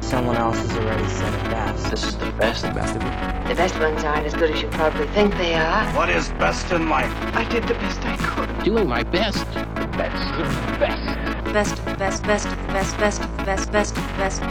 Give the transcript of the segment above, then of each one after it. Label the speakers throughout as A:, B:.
A: Someone else has already said it best.
B: This is the best. best of it.
C: The best ones aren't as good as you probably think they are.
D: What is best in life?
C: I did the best I could.
B: Doing my best. The best. The best.
E: best, best, best, best, best, best, best, best.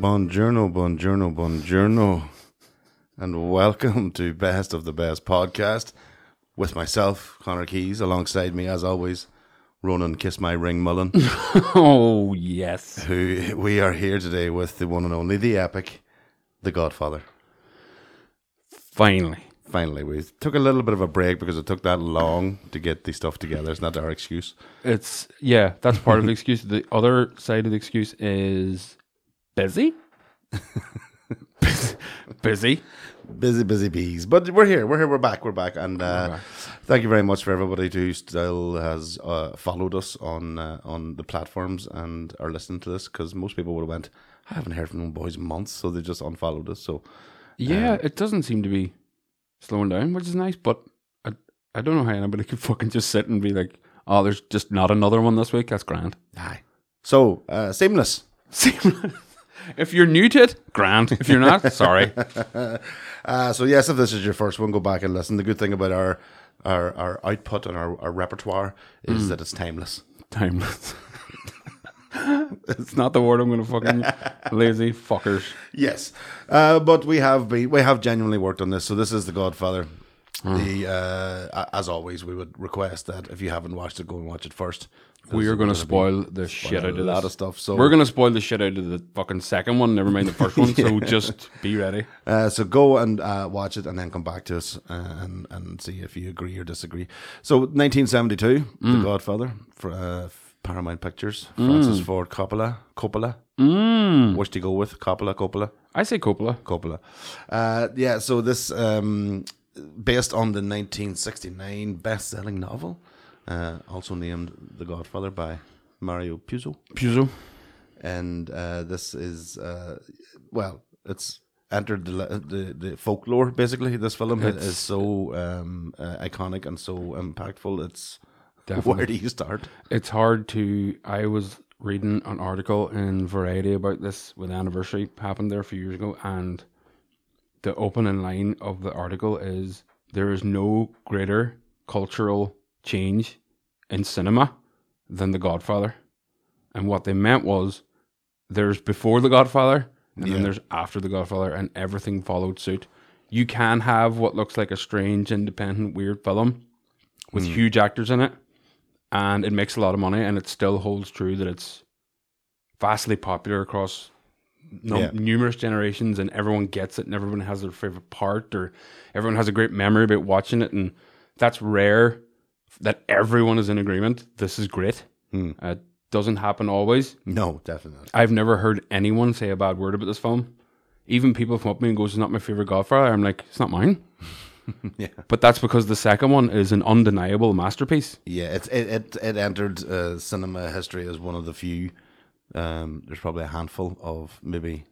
F: Buongiorno, buongiorno, buongiorno, and welcome to Best of the Best podcast with myself, Connor Keys, alongside me, as always, Ronan Kiss My Ring Mullen,
B: Oh yes.
F: who we are here today with the one and only, the epic, the Godfather.
B: Finally.
F: Finally, we took a little bit of a break because it took that long to get the stuff together. It's not our excuse.
G: It's yeah, that's part of the excuse. The other side of the excuse is busy. busy.
F: Busy, busy bees. But we're here. We're here. We're back. We're back. And uh, thank you very much for everybody who still has uh, followed us on uh, on the platforms and are listening to this because most people would have went, I haven't heard from them boys in months, so they just unfollowed us. So uh,
G: Yeah, it doesn't seem to be slowing down, which is nice, but I I don't know how anybody could fucking just sit and be like, Oh, there's just not another one this week. That's grand.
F: hi. So uh, seamless.
G: if you're new to it, grand. If you're not, sorry.
F: Uh, so yes, if this is your first one, go back and listen. The good thing about our our, our output and our, our repertoire is that it's timeless.
G: Mm. Timeless. it's not the word I'm gonna fucking lazy fuckers.
F: Yes, uh, but we have been, we have genuinely worked on this. So this is the Godfather.
G: Hmm.
F: The uh, a- as always, we would request that if you haven't watched it, go and watch it first.
G: We
F: There's
G: are going to
F: gonna be
G: spoil the shit
F: a
G: out of
F: lot
G: that
F: of stuff, so-
G: we're going to spoil the shit out of the fucking second one. Never mind the first one. So just be ready.
F: Uh, so go and uh, watch it, and then come back to us uh, and and see if you agree or disagree. So 1972,
G: Hmm.
F: The Godfather, for, uh, Paramount Pictures, Francis Ford Coppola, Coppola. Mm. Which to go with Coppola, Coppola.
G: I say Coppola.
F: Coppola. Uh, yeah, so this um, based on the 1969 best-selling novel, uh, also named The Godfather by Mario Puzo,
G: Puzo.
F: and uh, this is uh, well, it's entered the, le- the the folklore basically. This film is is so um, uh, iconic and so impactful. It's where do you start?
G: It's hard to. I was reading an article in Variety about this with anniversary happened there a few years ago, and the opening line of the article is there is no greater cultural change in cinema than The Godfather, and what they meant was there's before The Godfather and then there's after The Godfather, and everything followed suit. You can have what looks like a strange, independent, weird film
F: Hmm.
G: with huge actors in it and it makes a lot of money and it still holds true that it's vastly popular across num-
F: Yeah.
G: numerous generations and everyone gets it and everyone has their favorite part or everyone has a great memory about watching it and that's rare that everyone is in agreement this is great Uh, it doesn't happen always
F: Hmm. No, definitely. not.
G: i've never heard anyone say a bad word about this film even people come up to me and goes it's not my favorite godfather i'm like it's not mine
F: Yeah.
G: but that's because the second one is an undeniable masterpiece
F: Yeah, it's it it, it entered uh, cinema history as one of the few. Um, there's probably a handful of maybe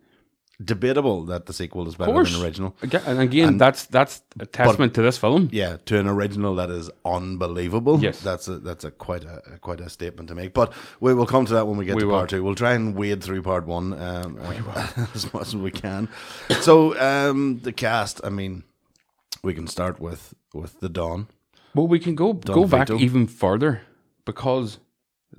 F: debatable that the sequel is better than
G: course.
F: the original.
G: Aga- And again, that's that's a testament to this film.
F: Yeah, to an original that is unbelievable.
G: Yes.
F: that's a that's a quite a quite a statement to make. But we will come to that when we get
G: We
F: to
G: will.
F: part two. We'll try and wade through part one um, as much as we can. So um, the cast. I mean, we can start with with the Don.
G: Well, we can go go back
F: Vito.
G: even further because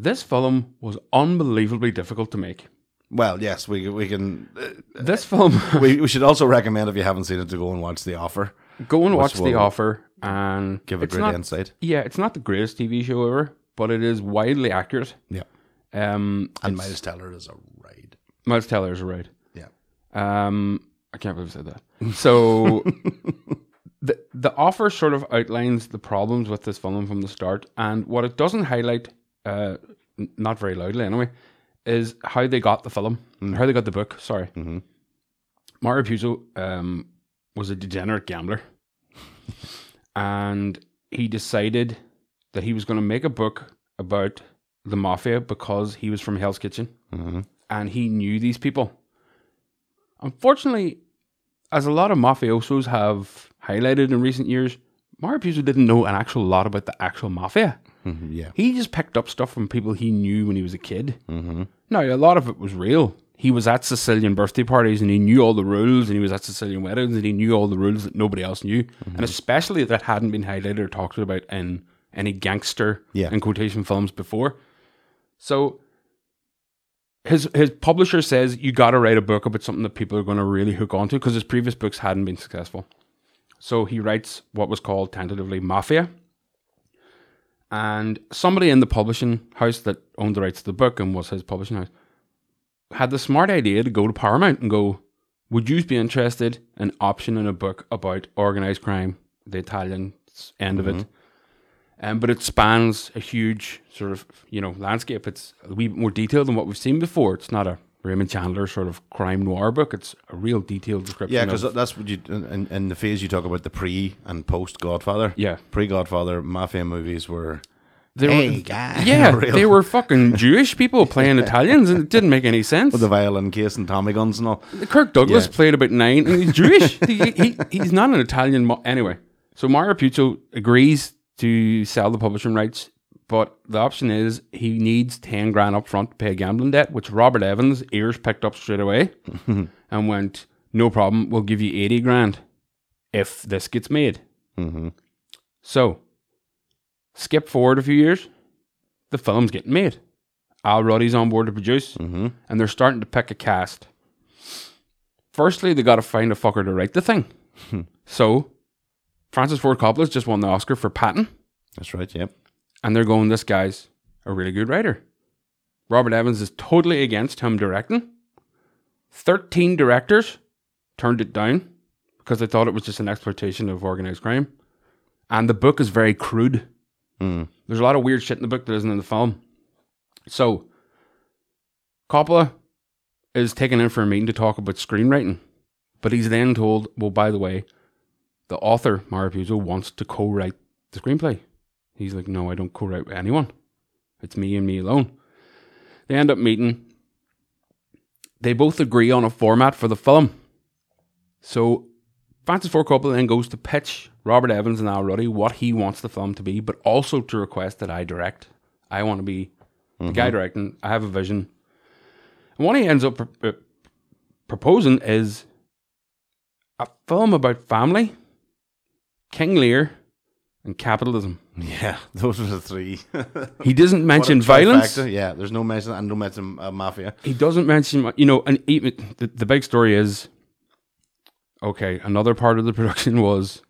G: this film was unbelievably difficult to make.
F: Well, yes, we we can. uh,
G: This film,
F: We, we should also recommend if you haven't seen it to go and watch The Offer.
G: go and watch The
F: will
G: Offer and
F: give a
G: it's
F: great
G: not-
F: insight.
G: Yeah, it's not the greatest TV show ever, but it is widely accurate.
F: Yeah.
G: Um,
F: And Miles Teller is a ride.
G: Miles Teller is right.
F: Yeah.
G: Um, I can't believe I said that. So the the offer sort of outlines the problems with this film from the start, and what it doesn't highlight, uh, n- not very loudly anyway, is how they got the film,
F: Mm.
G: how they got the book. Sorry,
F: Mhm.
G: Mario Puzo um, was a degenerate gambler, and he decided that he was going to make a book about the mafia because he was from Hell's Kitchen
F: Mhm.
G: and he knew these people. Unfortunately, as a lot of mafiosos have highlighted in recent years, Mario Puzo didn't know an actual lot about the actual mafia.
F: Mhm. Yeah.
G: He just picked up stuff from people he knew when he was a kid.
F: Mhm.
G: Now, a lot of it was real. He was at Sicilian birthday parties and he knew all the rules, and he was at Sicilian weddings and he knew all the rules that nobody else knew,
F: Mm-hmm.
G: and especially that hadn't been highlighted or talked about in any gangster
F: Yeah.
G: in quotation films before. So his his publisher says you got to write a book about something that people are going to really hook onto because his previous books hadn't been successful. So he writes what was called tentatively Mafia. And somebody in the publishing house that owned the rights to the book and was his publishing house had the smart idea to go to Paramount and go, Would you be interested in optioning a book about organized crime, the Italian s- end of it?
F: Mm-hmm.
G: Um, but it spans a huge sort of you know landscape. It's a wee bit more detailed than what we've seen before. It's not a Raymond Chandler sort of crime noir book. It's a real detailed description.
F: Yeah, uh, because
G: of-
F: that's what you in, in the phase you talk about the pre and post Godfather.
G: Yeah.
F: pre Godfather mafia movies were
G: they
F: Hey, guy.
G: yeah,
F: Real-
G: they were fucking Jewish people playing Italians, and it didn't make any sense.
F: the violin case and Tommy guns and all.
G: Kirk Douglas
F: Yeah.
G: played about nine, and he's Jewish. he, he, he's not an Italian. Mo- anyway, so Mario Puzo agrees to sell the publishing rights, but the option is he needs 10 grand up front to pay a gambling debt, which Robert Evans' ears picked up straight away and went, No problem, we'll give you 80 grand if this gets made.
F: Mm-hmm.
G: So, skip forward a few years, the film's getting made. Al Ruddy's on board to produce
F: Mm-hmm.
G: and they're starting to pick a cast. Firstly, they got to find a fucker to write the thing.
F: Hmm.
G: so, Francis Ford Coppola's just won the Oscar for Patton,
F: That's right. Yep.
G: and they're going, this guy's a really good writer. Robert Evans is totally against him directing. 13 directors turned it down because they thought it was just an exploitation of organized crime. And the book is very crude.
F: Mm.
G: There's a lot of weird shit in the book that isn't in the film. So, Coppola is taken in for a meeting to talk about screenwriting, but he's then told, well, by the way, the author, Mario Puzo, wants to co write the screenplay. He's like, no, I don't co write with anyone. It's me and me alone. They end up meeting. They both agree on a format for the film. So Francis Ford Coppola then goes to pitch Robert Evans and Al Ruddy what he wants the film to be, but also to request that I direct. I want to be the guy directing. I have a vision. And what he ends up pr- uh, proposing is a film about family, King Lear, and capitalism.
F: Yeah, those were the three.
G: He doesn't mention
F: What a
G: violence.
F: trifecta. Yeah, there's no mention and no mention uh, mafia.
G: he doesn't mention you know and even the, the big story is okay another part of the production was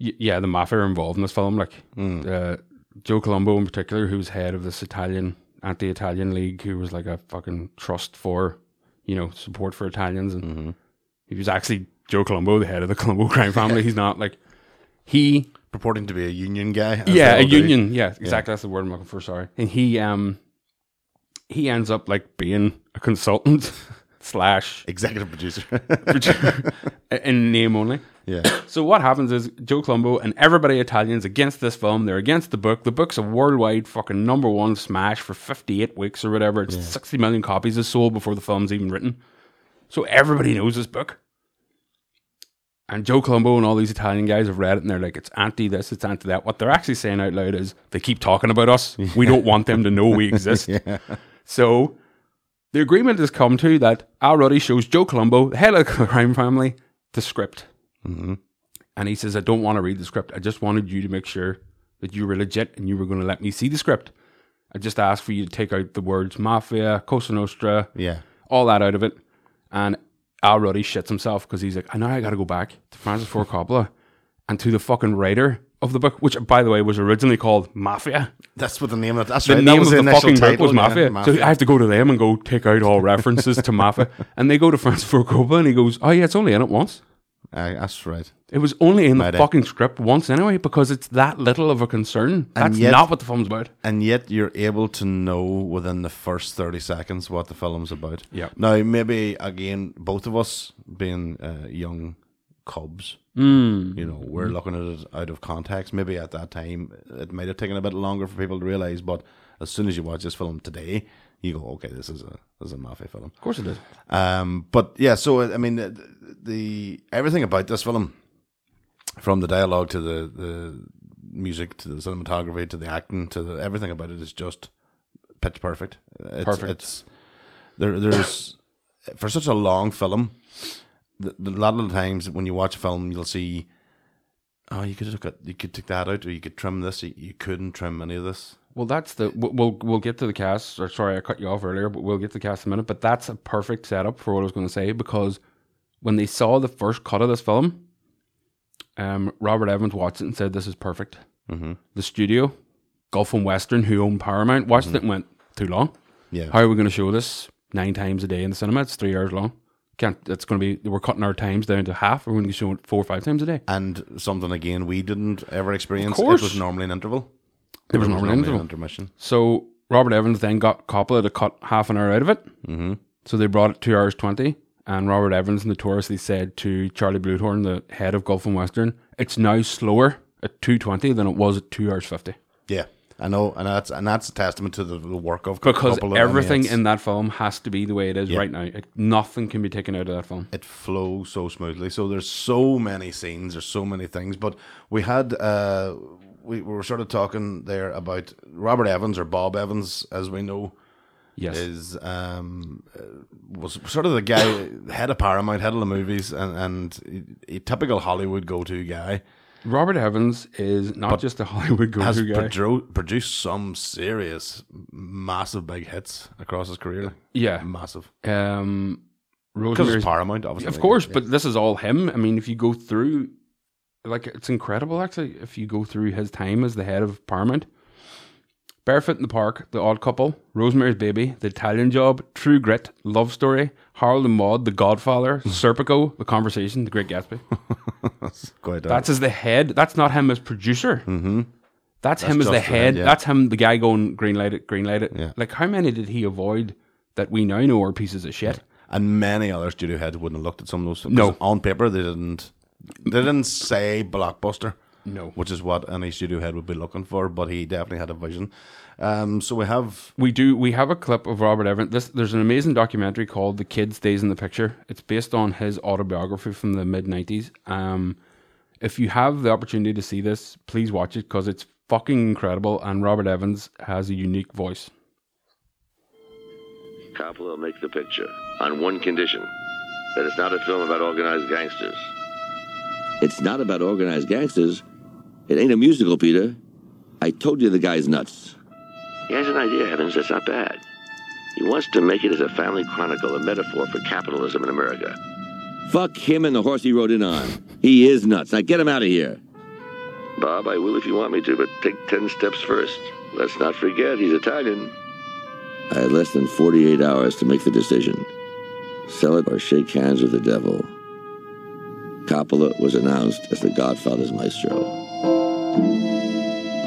G: y- yeah the mafia are involved in this film like uh, joe colombo in particular who's head of this italian anti-italian league who was like a fucking trust for you know support for italians and he was actually joe colombo the head of the colombo crime family he's not like he
F: Purporting to be a union guy. as
G: yeah,
F: they
G: a
F: all do.
G: union. Yeah, exactly. That's the word I'm looking for. Sorry. And he um he ends up like being a consultant slash
F: executive producer.
G: in name only.
F: yeah,
G: So what happens is Joe Colombo and everybody Italians against this film. They're against the book. The book's a worldwide fucking number one smash for 58 weeks or whatever. It's 60 million copies is sold before the film's even written. So everybody knows this book. And Joe Colombo and all these Italian guys have read it and they're like, it's anti this, it's anti that. What they're actually saying out loud is they keep talking about us. We don't want them to know we exist. So the agreement has come to that Al Ruddy shows Joe Colombo, the head of the crime family, the script. And he says, I don't want to read the script. I just wanted you to make sure that you were legit and you were going to let me see the script. I just asked for you to take out the words mafia, Cosa Nostra,
F: yeah.
G: all that out of it. And Al Ruddy shits himself because he's like, I know I got to go back to Francis Ford Coppola and to the fucking writer of the book, which by the way was originally called Mafia.
F: That's what the name of it. That's
G: The
F: right. that
G: name
F: was
G: of the,
F: initial
G: fucking book
F: title,
G: was
F: yeah,
G: Mafia. So I have to go to them and go take out all references to Mafia. And they go to Francis Ford Coppola and he goes, "Oh yeah, it's only in it once."
F: Aye, that's right.
G: It was only in the
F: Mayday.
G: fucking script once anyway because it's that little of a concern. That's
F: yet-
G: not what the film's about.
F: And yet you're able to know within the first 30 seconds what the film's about.
G: Yeah.
F: Now, maybe again, both of us being uh, young cubs,
G: Hmm.
F: you know, we're looking at it out of context. Maybe at that time it might have taken a bit longer for people to realize, but as soon as you watch this film today, you go, okay, this is a this is a mafia film.
G: Of course it is.
F: Um, but yeah, so I mean, the, the everything about this film, from the dialogue to the the music to the cinematography to the acting to the, everything about it is just pitch perfect. It's,
G: Perfect.
F: It's there. There's for such a long film. The, the, a lot of the times when you watch a film, you'll see, oh, you could look at, you could take that out, or you could trim this. You, you couldn't trim any of this.
G: Well, that's the we'll- we'll we'll get to the cast. Or sorry, I cut you off earlier, but we'll get to the cast in a minute. But that's a perfect setup for what I was going to say because when they saw the first cut of this film, um, Robert Evans watched it and said, "This is perfect."
F: Mhm.
G: The studio, Gulf and Western, who own Paramount, watched it and went too long.
F: Mm-hmm. Yeah.
G: How are we going to show this nine times a day in the cinema? It's three hours long. Can't. It's going to be. We're cutting our times down to half. We're going to be showing it four or five times a day.
F: And something again we didn't ever experience.
G: course.
F: It was normally an interval.
G: There was
F: It
G: no
F: was
G: real
F: normally an
G: interval.
F: intermission.
G: So Robert Evans then got Coppola to cut half an hour out of it.
F: Mhm.
G: So they brought it two hours twenty. And Robert Evans notoriously said to Charlie Bluthorn, the head of Gulf and Western, it's now slower at two twenty than it was at two hours fifty.
F: Yeah, I know, and that's and that's a testament to the, the work of
G: Because
F: Coppola. I mean,
G: everything
F: it's-
G: in that film has to be the way it is right now. Like, nothing can be taken out of that film.
F: it flows so smoothly. So there's so many scenes, there's so many things. But we had uh, we, we were sort of talking there about Robert Evans or Bob Evans, as we know,
G: Yes.
F: is um uh, was sort of the guy head of Paramount, head of the movies, and and a typical Hollywood go to guy.
G: Robert Evans is not just a Hollywood
F: has
G: go-to guy.
F: produ- produced some serious, massive big hits across his career.
G: yeah.
F: Massive.
G: Um,
F: Because
G: Rosemary's
F: it's Paramount, obviously.
G: Of course,
F: Yeah.
G: but this is all him. I mean, if you go through, like, it's incredible, actually, if you go through his time as the head of Paramount. Barefoot in the Park, The Odd Couple, Rosemary's Baby, The Italian Job, True Grit, Love Story, Harold and Maude, The Godfather, Serpico, The Conversation, The Great Gatsby.
F: That's quite.
G: That's as the head. That's not him as producer. Mm-hmm. That's, him as
F: just
G: the
F: the
G: head.
F: head, yeah.
G: That's him, the guy going green light it, green light it.
F: Yeah.
G: Like how many did he avoid that we now know are pieces of shit?
F: and many other studio heads wouldn't have looked at some of those. 'cause
G: No.
F: on paper they didn't. They didn't say blockbuster,
G: No,
F: which is what any studio head would be looking for. But he definitely had a vision. Um, so we have
G: we do. We have a clip of Robert Everett. This there's an amazing documentary called "The Kid Stays in the Picture." It's based on his autobiography from the mid '90s. Um, if you have the opportunity to see this, please watch it because it's fucking incredible. And Robert Evans has a unique voice.
D: Coppola will make the picture on one condition that it's not a film about organized gangsters. It's not about organized gangsters. It ain't a musical, Peter. I told you the guy's nuts. He has an idea, Evans, that's not bad. He wants to make it as a family chronicle, a metaphor for capitalism in America. Fuck him and the horse he rode in on. He is nuts. Now get him out of here. Bob, I will if you want me to, but take ten steps first. Let's not forget he's Italian. I had Uh, less than 48 hours to make the decision sell it or shake hands with the devil. Coppola was announced as the Godfather's maestro.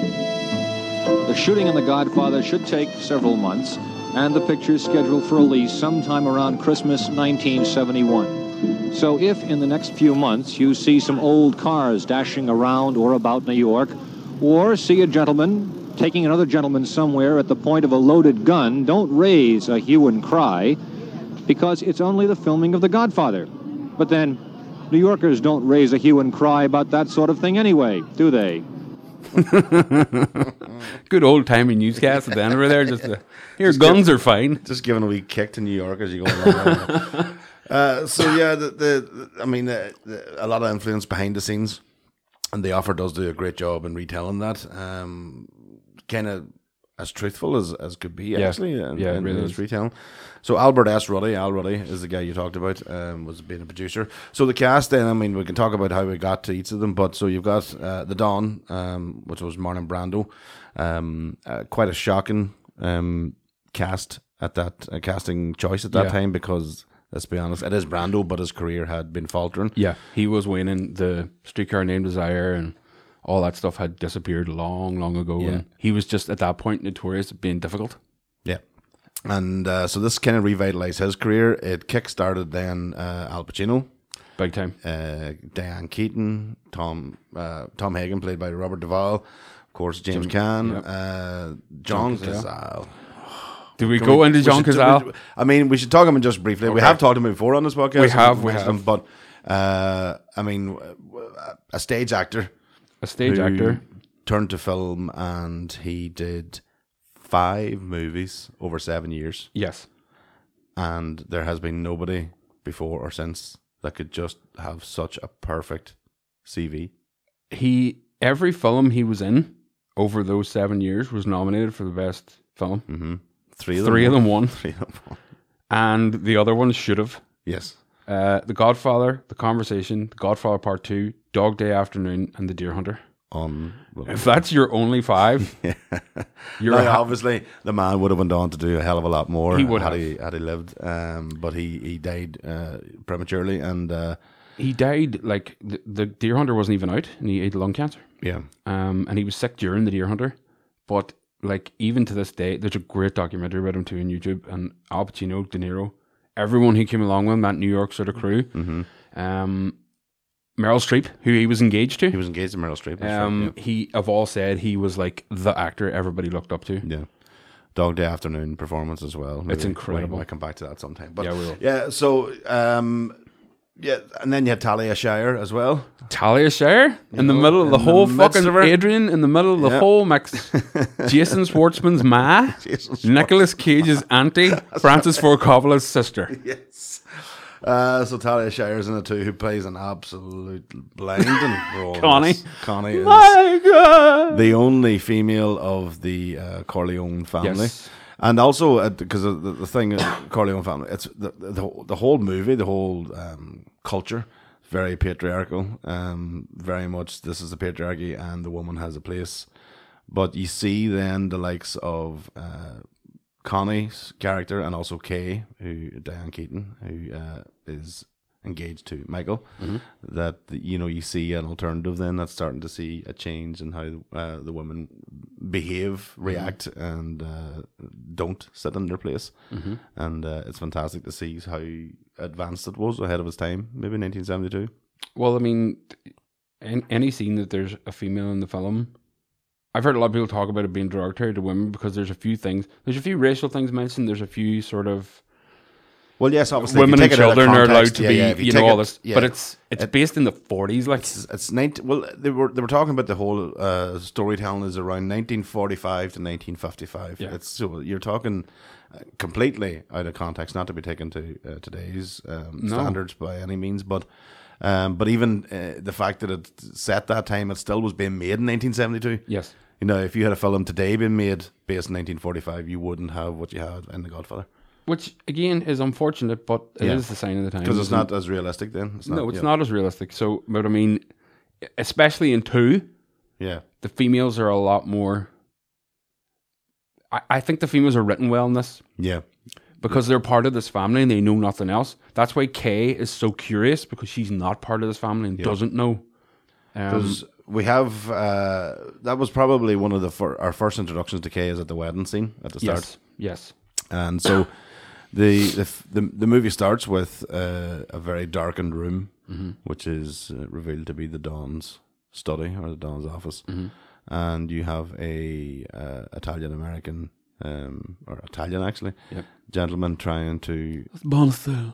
H: The shooting in The Godfather should take several months, and the picture is scheduled for release sometime around Christmas 1971. So, if in the next few months you see some old cars dashing around or about New York, or see a gentleman taking another gentleman somewhere at the point of a loaded gun, don't raise a hue and cry because it's only the filming of The Godfather. But then, New Yorkers don't raise a hue and cry about that sort of thing anyway, do they?
G: Good old timey newscast at the end over there. Just uh, here, guns are fine.
F: just giving a wee kick to New York as you go along. uh, so yeah, the, the, I mean, the, the, a lot of influence behind the scenes, and the offer does do a great job in retelling that. Um, kind of as truthful as, as could be
G: Yeah.
F: actually in,
G: Yeah, it
F: in
G: really
F: his
G: is.
F: retelling. So Albert S. Ruddy, Al Ruddy is the guy you talked about, um, was being a producer. So the cast then, I mean, we can talk about how we got to each of them, but so you've got uh, the Don, um, which was Marlon Brando, um, uh, quite a shocking um, cast at that uh, casting choice at that
G: Yeah.
F: time because let's be honest, it is Brando, but his career had been faltering.
G: Yeah, he was winning the streetcar named Desire and all that stuff had disappeared long, long ago.
F: Yeah.
G: And he was just at that point notorious at being difficult.
F: Yeah. And uh, so this kind of revitalized his career. It kick-started then uh, Al Pacino,
G: Big time.
F: uh, Diane Keaton, Tom uh, Tom Hagen, played by Robert Duvall, of course James Caan,
G: yep.
F: uh, John
G: Cazale.
F: Cazale.
G: Do we go into
F: We
G: John
F: should-
G: Cazale?
F: I mean, we should talk him just briefly. We
G: Okay.
F: have talked him before on this podcast.
G: We have, we
F: mentioned him,
G: have.
F: But uh, I mean, w- w- a stage actor
G: A stage
F: who
G: actor.
F: turned to film, and he did five movies over seven years.
G: Yes.
F: and there has been nobody before or since that could just have such a perfect CV.
G: He every film he was in over those seven years was nominated for the best film.
F: Mm-hmm. Three of them.
G: Three of them won.
F: Three of them.
G: And the other ones should have.
F: Yes.
G: Uh, the Godfather, The Conversation, The Godfather Part Two, Dog Day Afternoon, and The Deer Hunter.
F: On.
G: If that's your only five, you're
F: Now,
G: a ha-
F: obviously, the man would have went on to do a hell of a lot more.
G: He would
F: had
G: have.
F: he uh, had he lived, um, but he he died uh, prematurely, and uh,
G: he died like the, the deer hunter wasn't even out and he had lung cancer
F: yeah,
G: um and he was sick during the deer hunter but like even to this day there's a great documentary about him too on youtube and al pacino de niro everyone who came along with him that new york sort of crew
F: Mm-hmm.
G: um meryl streep who he was engaged to
F: he was engaged to Meryl Streep. that's right,
G: um he of all said he was like the actor everybody looked up to
F: yeah. yeah. Dog Day Afternoon performance as well. Maybe we-
G: incredible.
F: We might come back to that sometime. But
G: Yeah, we will.
F: Yeah. So, um, yeah, and then you had Talia Shire as well.
G: Talia Shire in the middle of the
F: in the
G: whole
F: midst
G: fucking
F: of her.
G: Adrian in the middle of the
F: Yeah.
G: whole mix. Jason Schwartzman's ma,
F: Jason
G: Nicholas Cage's auntie, Francis Ford Coppola's sister.
F: Yes. Uh, so Talia Shire's in it too, who plays an absolute blind and we're all
G: Connie.
F: honest. Connie is
G: My God.
F: the only female of the uh, Corleone family.
G: Yes.
F: And also, because of the, the thing, uh, Corleone family, it's the, the, the whole movie, the whole um, culture, very patriarchal. Um, very much, this is the patriarchy, and the woman has a place. But you see then the likes of uh, Connie's character and also Kay, who Diane Keaton, who uh, is engaged to Michael, that you know you see an alternative then that's starting to see a change in how uh, the women behave, react, and uh, don't sit in their place.
G: Mm-hmm.
F: And uh, it's fantastic to see how advanced it was ahead of its time, maybe 1972.
G: Well, I mean, in any scene that there's a female in the film, I've heard a lot of people talk about it being derogatory to women because there's a few things, there's a few racial things mentioned, there's a few sort of
F: Well, yes, obviously if
G: women
F: you
G: and
F: take it out of
G: children are allowed
F: context-
G: to
F: yeah,
G: be,
F: yeah, if
G: you
F: take
G: know, all
F: it-
G: this.
F: yeah.
G: But it's it's based in the 40s, like.
F: it's, it's 19 well they were they were talking about the whole uh, storytelling is around 1945 to 1955
G: Yeah.
F: it's so you're talking uh, completely out of context not to be taken to uh, today's um, standards by any means but um, but even uh, the fact that it set that time it still was being made in 1972
G: Yes.
F: you know if you had a film today being made based in 1945 you wouldn't have what you had in the godfather
G: Which again is unfortunate, but it is
F: Yeah.
G: the sign of the time.
F: because it's
G: isn't it?
F: not as realistic then it's
G: no, it's
F: yeah.
G: not as realistic. So, but I mean, especially in two,
F: yeah
G: the females are a lot more. I, I think the females are written well in this
F: yeah
G: because they're part of this family and they know nothing else. That's why Kay is so curious because she's not part of this family and doesn't know. Um,
F: Because we have uh, that was probably one of the fir- our first introductions to Kay is at the wedding scene at the start,
G: yes, yes,
F: and so the, the f- the the movie starts with uh, a very darkened room,
G: Mm-hmm.
F: which is uh, revealed to be the Don's study or the Don's office,
G: Mm-hmm.
F: and you have a uh, Italian American. Um, or Italian, actually,
G: Yep.
F: gentleman trying to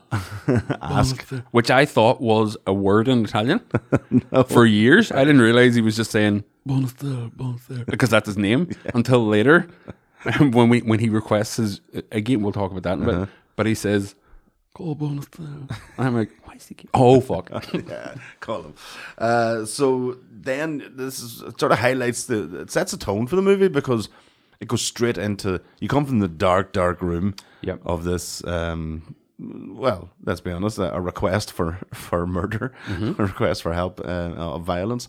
F: ask.
G: which I thought was a word in Italian for years. I didn't realize he was just saying "Buonasera, buonasera," because that's his name until later when we when he requests his again. We'll talk about that, in a bit. Uh-huh. but he says. Call Bonasera. And I'm like, why is he? keep- Oh fuck!
F: call him. Uh, so then this is, it sort of highlights the it sets a tone for the movie because It goes straight into you come from the dark, dark room
G: Yep.
F: of this. Um, well, let's be honest, a, a request for for murder,
G: Mm-hmm.
F: a request for help uh, of violence.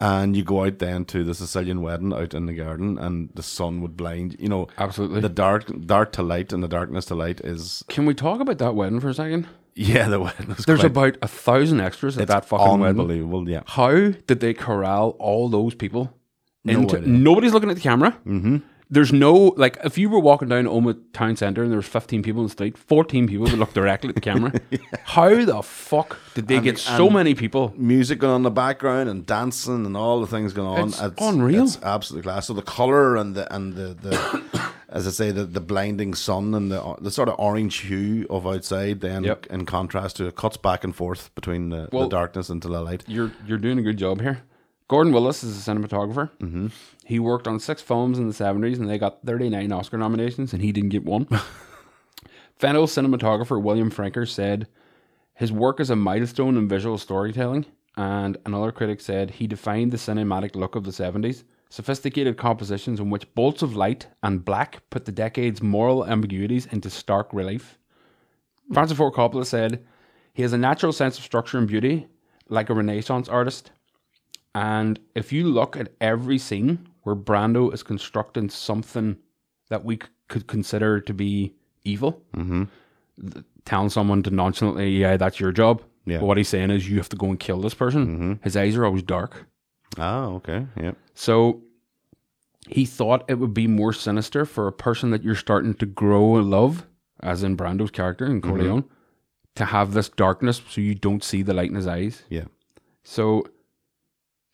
F: And you go out then to the Sicilian wedding out in the garden, and the sun would blind. You know,
G: Absolutely.
F: the dark, dark to light, and the darkness to light is
G: Can we talk about that wedding for a second?
F: yeah. The wedding was
G: There's
F: quite-
G: about a thousand extras at
F: it's
G: that fucking wedding.
F: unbelievable. Yeah,
G: How did they corral all those people?
F: No
G: Into,
F: idea.
G: nobody's looking at the camera. Mm-hmm. There's no like if you were walking down Oma Town Centre and there was 15 people in the street, 14 people would look directly at the camera. How the fuck did they get so
F: and-
G: many people?
F: music going on in the background and dancing and all the things going on.
G: It's unreal.
F: It's absolutely class. So the color and the and the, the as I say, the, the blinding sun and the the sort of orange hue of outside, then
G: Yep.
F: in contrast to it cuts back and forth between the,
G: Well-
F: the darkness into the light.
G: You're you're doing a good job here. Gordon Willis is a cinematographer. Mm-hmm. He worked on six films in the 70s and they got 39 Oscar nominations and he didn't get one. Fellow cinematographer William Franker said his work is a milestone in visual storytelling, and another critic said he defined the cinematic look of the 70s. Sophisticated compositions in which bolts of light and black put the decade's moral ambiguities into stark relief. Francis Ford Coppola said he has a natural sense of structure and beauty, like a Renaissance artist. And if you look at every scene where Brando is constructing something that we c- could consider to be evil,
F: Mm-hmm.
G: th- telling someone to nonchalantly, yeah, that's your job.
F: Yeah. Mm-hmm.
G: But what he's saying is, you have to go and kill this person. His eyes are always dark.
F: Oh, okay. Yep.
G: So he thought it would be more sinister for a person that you're starting to grow and love, as in Brando's character
F: Mm-hmm.
G: in Corleone, to have this darkness so you don't see the light in his eyes.
F: Yeah.
G: So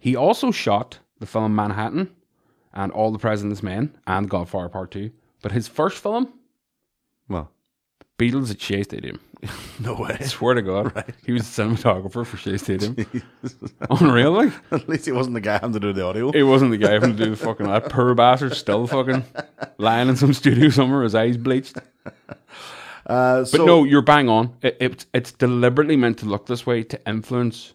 G: he also shot the film Manhattan and All the President's Men and Godfather Part 2. But his first film,
F: Well,
G: Beatles at Shea Stadium.
F: no way.
G: I swear to God, he was a cinematographer for Shea Stadium. Unreal, like.
F: At least he wasn't the guy having to do the audio.
G: It wasn't the guy having to do the fucking that poor bastard still fucking lying in some studio somewhere, his eyes bleached.
F: Uh,
G: But
F: so,
G: no, you're bang on. It, it, it's deliberately meant to look this way to influence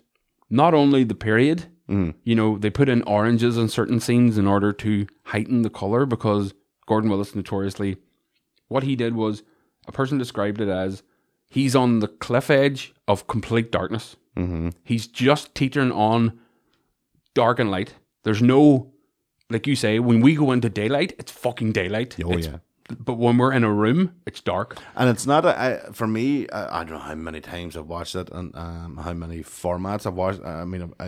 G: not only the period.
F: Mm.
G: You know, they put in oranges in certain scenes in order to heighten the color because Gordon Willis notoriously, what he did was a person described it as he's on the cliff edge of complete darkness.
F: Mm-hmm.
G: He's just teetering on dark and light. There's no, like you say, when we go into daylight, it's fucking daylight.
F: Oh,
G: It's-
F: yeah.
G: But when we're in a room, it's dark.
F: And it's not a, I, for me. I, I don't know how many times I've watched it and um, how many formats I've watched. I mean, I, I,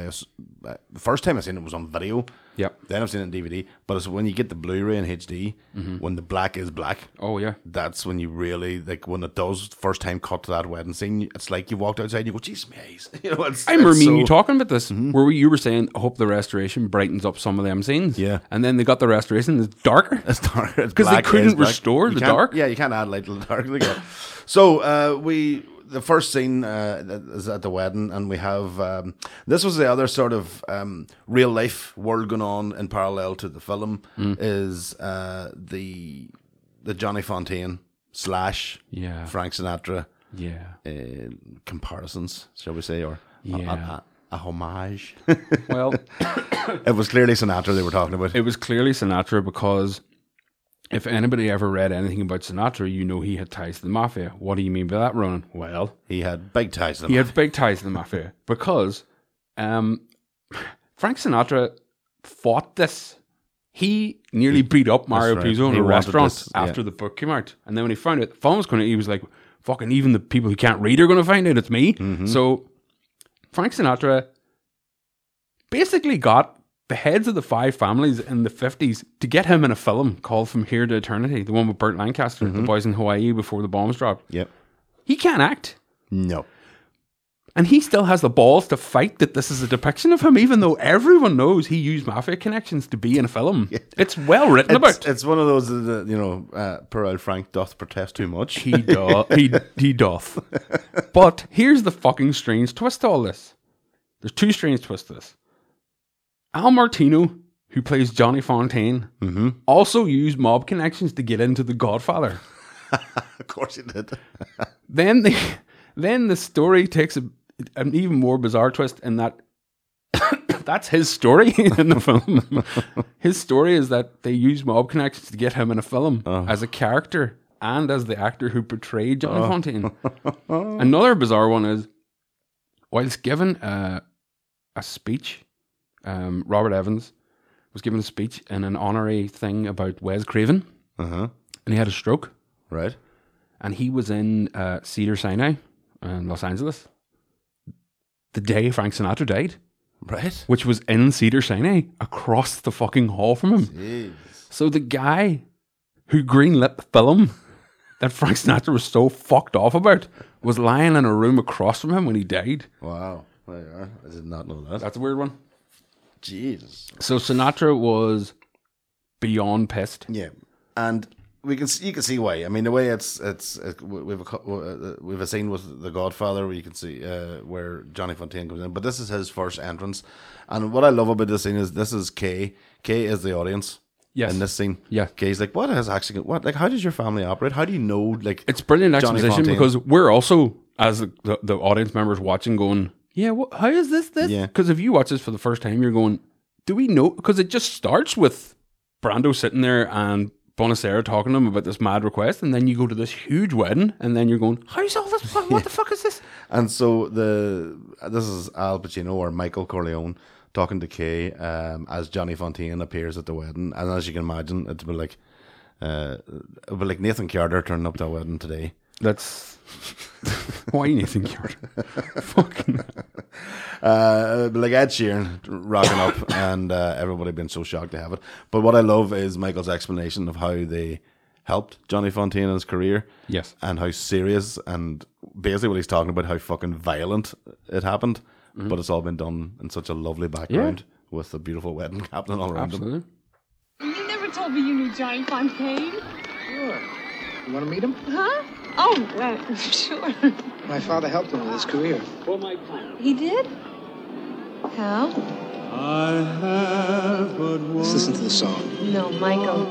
F: the first time I seen it was on video.
G: Yep.
F: Then I've seen it on DVD. But it's when you get the Blu-ray and HD, when the black is black.
G: Mm-hmm. Oh, yeah.
F: That's when you really like when it does first time cut to that wedding scene. It's like you walked outside. and You go, "Jeez, my eyes." You know, it's,
G: I remember
F: it's
G: me and
F: so- Mm-hmm.
G: you talking about this, where we, you were saying, I hope the restoration brightens up some of them scenes.
F: Yeah.
G: And then they got the restoration, it's darker.
F: It's dark. It's
G: 'Cause they
F: black is
G: couldn't
F: black.
G: restore
F: You
G: the
F: can't-
G: dark?
F: Yeah, you can't add light to the dark. Look at it. so uh, we the first scene uh, that is at the wedding, and we have um, this was the other sort of um, real life world going on in parallel to the film
G: Hmm.
F: is uh, the the Johnny Fontaine slash
G: Yeah.
F: Frank Sinatra
G: Yeah.
F: uh, comparisons, shall we say, or a- a-
G: Yeah.
F: a, a homage.
G: Well,
F: it was clearly Sinatra they were talking about.
G: it was clearly Sinatra because if anybody ever read anything about Sinatra, you know he had ties to the mafia. What do you mean by that, Ronan? Well,
F: he had big ties to them.
G: He had big ties to the mafia because um, Frank Sinatra fought this. He nearly beat up Mario
F: right.
G: Puzo in
F: He
G: a
F: wanted
G: restaurant
F: this, yeah.
G: after the book came out. And then when he found out the phone was going to, he was like, fucking even the people who can't read are going to find out it's me.
F: Mm-hmm.
G: So Frank Sinatra basically got the heads of the five families in the 50s to get him in a film called From Here to Eternity, the one with Burt Lancaster, the boys in Hawaii before the bombs dropped.
F: Mm-hmm. Yep.
G: He can't act.
F: No.
G: And he still has the balls to fight that this is a depiction of him, even though everyone knows he used mafia connections to be in a film. It's well written
F: It's,
G: about.
F: it's one of those, uh, you know, uh, poor old Frank doth protest too much.
G: he, do- he, he doth. But here's the fucking strange twist to all this. There's two strange twists to this. Al Martino, who plays Johnny Fontaine, also used mob connections to get into The Godfather.
F: of course he did.
G: then the then the story takes a, an even more bizarre twist in that that's his story in the film. his story is that they use mob connections to get him in a film as a character and as the actor who portrayed Johnny Fontaine. Another bizarre one is, whilst given a, a speech, um, Robert Evans was given a speech in an honorary thing about Wes Craven,
F: Uh huh.
G: and he had a stroke,
F: Right.
G: and he was in uh, Cedar Sinai in Los Angeles the day Frank Sinatra died
F: Right.
G: which was in Cedar Sinai across the fucking hall from him. So the guy who greenlit the film that Frank Sinatra was so fucked off about was lying in a room across from him when he died.
F: Wow. There you are. I did not know that.
G: That's a weird one.
F: Jesus.
G: So Sinatra was beyond pissed.
F: Yeah, and we can see, you can see why. I mean, the way it's it's it, we- we've a cou- uh, we've a scene with The Godfather where you can see uh, where Johnny Fontaine comes in, but this is his first entrance. And what I love about this scene is this is Kay. Kay is the audience.
G: Yes.
F: In this scene,
G: Yeah.
F: Kay's like, what has actually what like? How does your family operate? How do you know like
G: It's brilliant
F: Johnny
G: exposition
F: Fontaine.
G: because we're also, as the, the, the audience members watching, going, yeah, what, how is this this?
F: Yeah.
G: Because if you watch this for the first time, you're going, do we know? Because it just starts with Brando sitting there and Bonacera talking to him about this mad request, and then you go to this huge wedding, and then you're going, how's all this? What, what the fuck is this?
F: And so the this is Al Pacino or Michael Corleone talking to Kay um, as Johnny Fontaine appears at the wedding, and as you can imagine, it's been like uh, it'll be like Nathan Carter turning up to a wedding today.
G: That's why Nathan Carter. Fucking
F: Uh, it'll be like Ed Sheeran rocking up, and uh, everybody being so shocked to have it. But what I love is Michael's explanation of how they helped Johnny Fontaine in his career.
G: yes.
F: and how serious and basically what he's talking about how fucking violent it happened,
G: Mm-hmm.
F: but it's all been done in such a lovely background with a beautiful wedding happening all around them.
G: Absolutely.
I: You never told me you knew Johnny Fontaine.
J: Sure. You want to meet him?
I: Huh? Oh, well, sure.
J: My father helped him with his career.
I: He did? How?
J: Let's listen to the song.
C: No, Michael.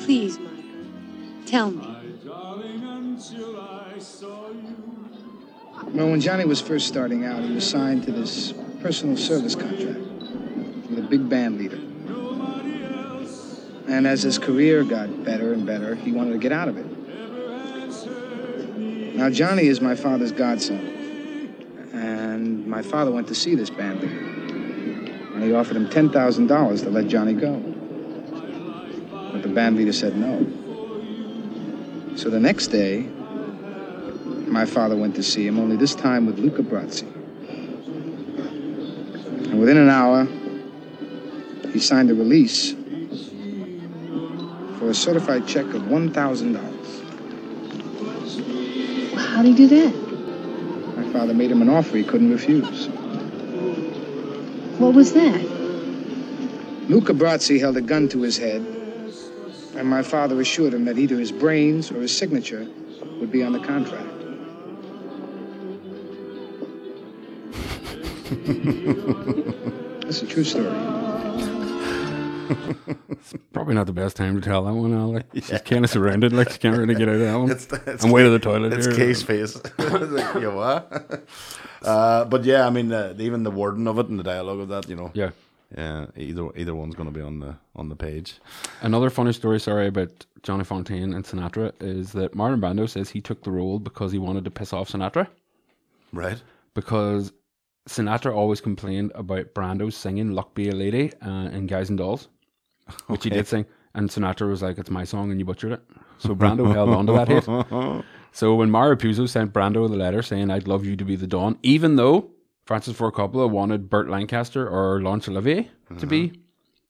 E: Please, Michael, tell me.
J: Well, when Johnny was first starting out, he was signed to this personal service contract with a big band leader. And as his career got better and better, he wanted to get out of it. Now, Johnny is my father's godson. And my father went to see this band leader. And he offered him $10,000 to let Johnny go. But the band leader said no. So the next day, my father went to see him, only this time with Luca Brazzi. And within an hour, he signed a release for a certified check of $1,000.
I: How'd he do that?
J: My father made him an offer he couldn't refuse.
I: What was that?
J: Luca Brazzi held a gun to his head, and my father assured him that either his brains or his signature would be on the contract. That's a true story.
G: Probably not the best time to tell that one, Alec. She's kind of surrounded, like she can't really get out of that one.
F: It's, it's,
G: I'm way to the toilet.
F: it's
G: here.
F: Kay's face. like, you what? uh, but yeah, I mean, uh, even the wording of it and the dialogue of that, you know,
G: Yeah.
F: yeah, either either one's going to be on the on the page.
G: Another funny story, sorry, about Johnny Fontaine and Sinatra is that Marlon Brando says he took the role because he wanted to piss off Sinatra
F: Right.
G: because Sinatra always complained about Brando singing "Luck Be a Lady" uh, in Guys and Dolls, which he did sing, and Sinatra was like, "It's my song and you butchered it." So Brando held on to that hate. So when Mario Puzo sent Brando the letter saying, "I'd love you to be the Don," even though Francis Ford Coppola wanted Burt Lancaster or Laurence Olivier to be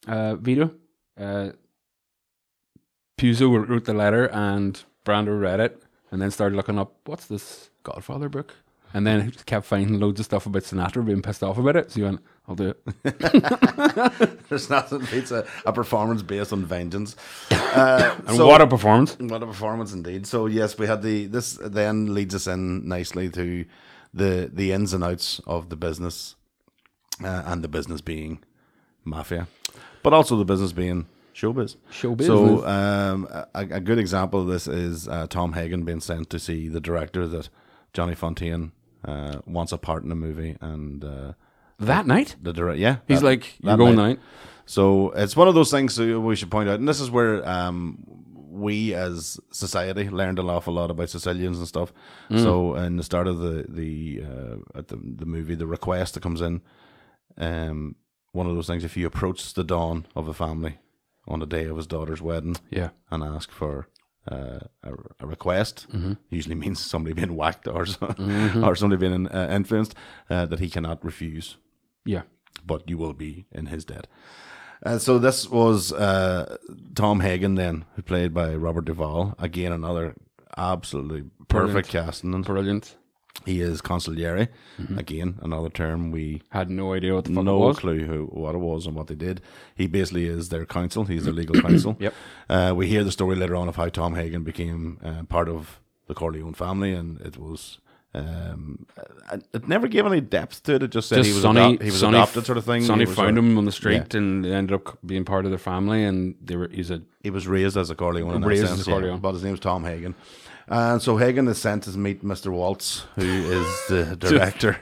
G: uh, Vito, uh, Puzo wr- wrote the letter and Brando read it and then started looking up what's this Godfather book. And then he just kept finding loads of stuff about Sinatra being pissed off about it. So you went, I'll do it.
F: There's nothing beats a, a performance based on vengeance. Uh,
G: And what a performance.
F: What a performance indeed. So yes, we had the this then leads us in nicely to the the ins and outs of the business, uh, and the business being mafia, but also the business being showbiz.
G: Showbiz.
F: So um, a, a good example of this is uh, Tom Hagen being sent to see the director that Johnny Fontaine uh, wants a part in a movie, and uh,
G: that night?
F: the direct, yeah.
G: He's
F: that-
G: like,
F: that
G: "You're going tonight."
F: So it's one of those things that we should point out, and this is where um, we as society learned an awful lot about Sicilians and stuff. So in the start of the the uh, at the, the movie, the request that comes in, um, one of those things. If you approach the dawn of a family on the day of his daughter's wedding,
G: Yeah.
F: and ask for uh, a, a request.
G: Mm-hmm.
F: Usually means somebody being whacked or so, or somebody being uh, influenced uh, that he cannot refuse,
G: Yeah.
F: but you will be in his debt. Uh, so this was uh, Tom Hagen then, who played by Robert Duvall. Again, another absolutely perfect
G: Brilliant.
F: casting.
G: Brilliant. Mm-hmm.
F: He is Consigliere. Again, another term we
G: Had no idea what the fuck it
F: no
G: was.
F: clue who what it was and what they did. He basically is their counsel. He's their legal counsel.
G: Yep.
F: Uh, we hear the story later on of how Tom Hagen became uh, part of the Corleone family, and it was. Um, uh, it never gave any depth to it. It just said
G: Just
F: he was
G: Sonny,
F: adop- he was
G: Sonny,
F: adopted, sort of thing.
G: Sonny
F: He was
G: found
F: sort of-
G: him on the street and they ended up being part of their family. And they were, he's a,
F: He was raised as a Corleone. in that
G: Raised
F: sense,
G: as a
F: yeah.
G: Corleone.
F: but his name's Tom Hagen. And so Hagen is sent to meet Mr. Waltz, who is the director.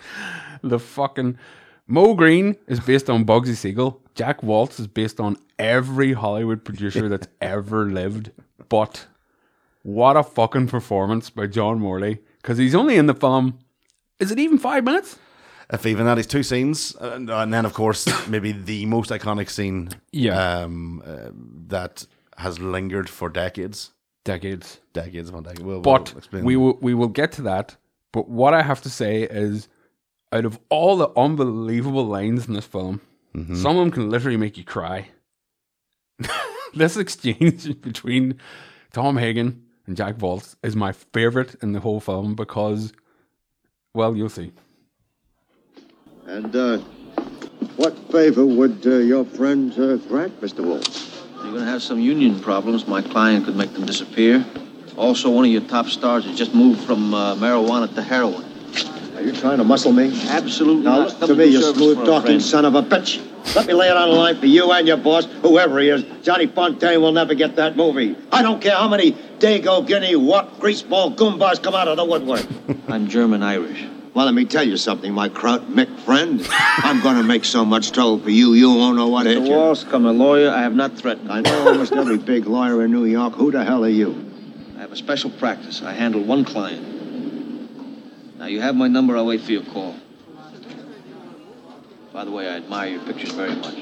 G: the fucking. Mo Green is based on Bugsy Siegel. Jack Waltz is based on every Hollywood producer that's ever lived. But what a fucking performance by John Morley. Because he's only in the film. Is it even five minutes?
F: if even that is two scenes, and, and then of course maybe the most iconic scene,
G: Yeah.
F: um, uh, that has lingered for decades,
G: Decades.
F: decades upon decades. We'll,
G: But
F: we'll explain.
G: we will we will get to that. But what I have to say is, out of all the unbelievable lines in this film, some of them can literally make you cry. this exchange between Tom Hagen and Jack Waltz is my favorite in the whole film because, well, you'll see.
K: And uh, what favor would uh, your friends uh, grant, Mr. Waltz?
L: You're going to have some union problems. My client could make them disappear. Also, one of your top stars has just moved from uh, marijuana to heroin.
K: Are you trying to muscle me?
L: Absolutely.
K: Now
L: not.
K: look
L: That
K: to
L: would be
K: me, you
L: service for
K: smooth
L: a
K: talking
L: friend.
K: son of a bitch. Let me lay it on the line for you and your boss, whoever he is. Johnny Fontaine will never get that movie. I don't care how many Dago, Guinea, what greaseball goombas come out of the woodwork.
L: I'm German Irish.
K: Well, let me tell you something, my Kraut Mick friend. I'm going to make so much trouble for you, you won't know what hit
L: Mr.
K: you.
L: Walsh, I'm a lawyer. I have not threatened.
K: I know almost every big lawyer in New York. Who the hell are you?
L: I have a special practice. I handle one client. Now, you have my number. I'll wait for your call. By the way, I admire your pictures very much.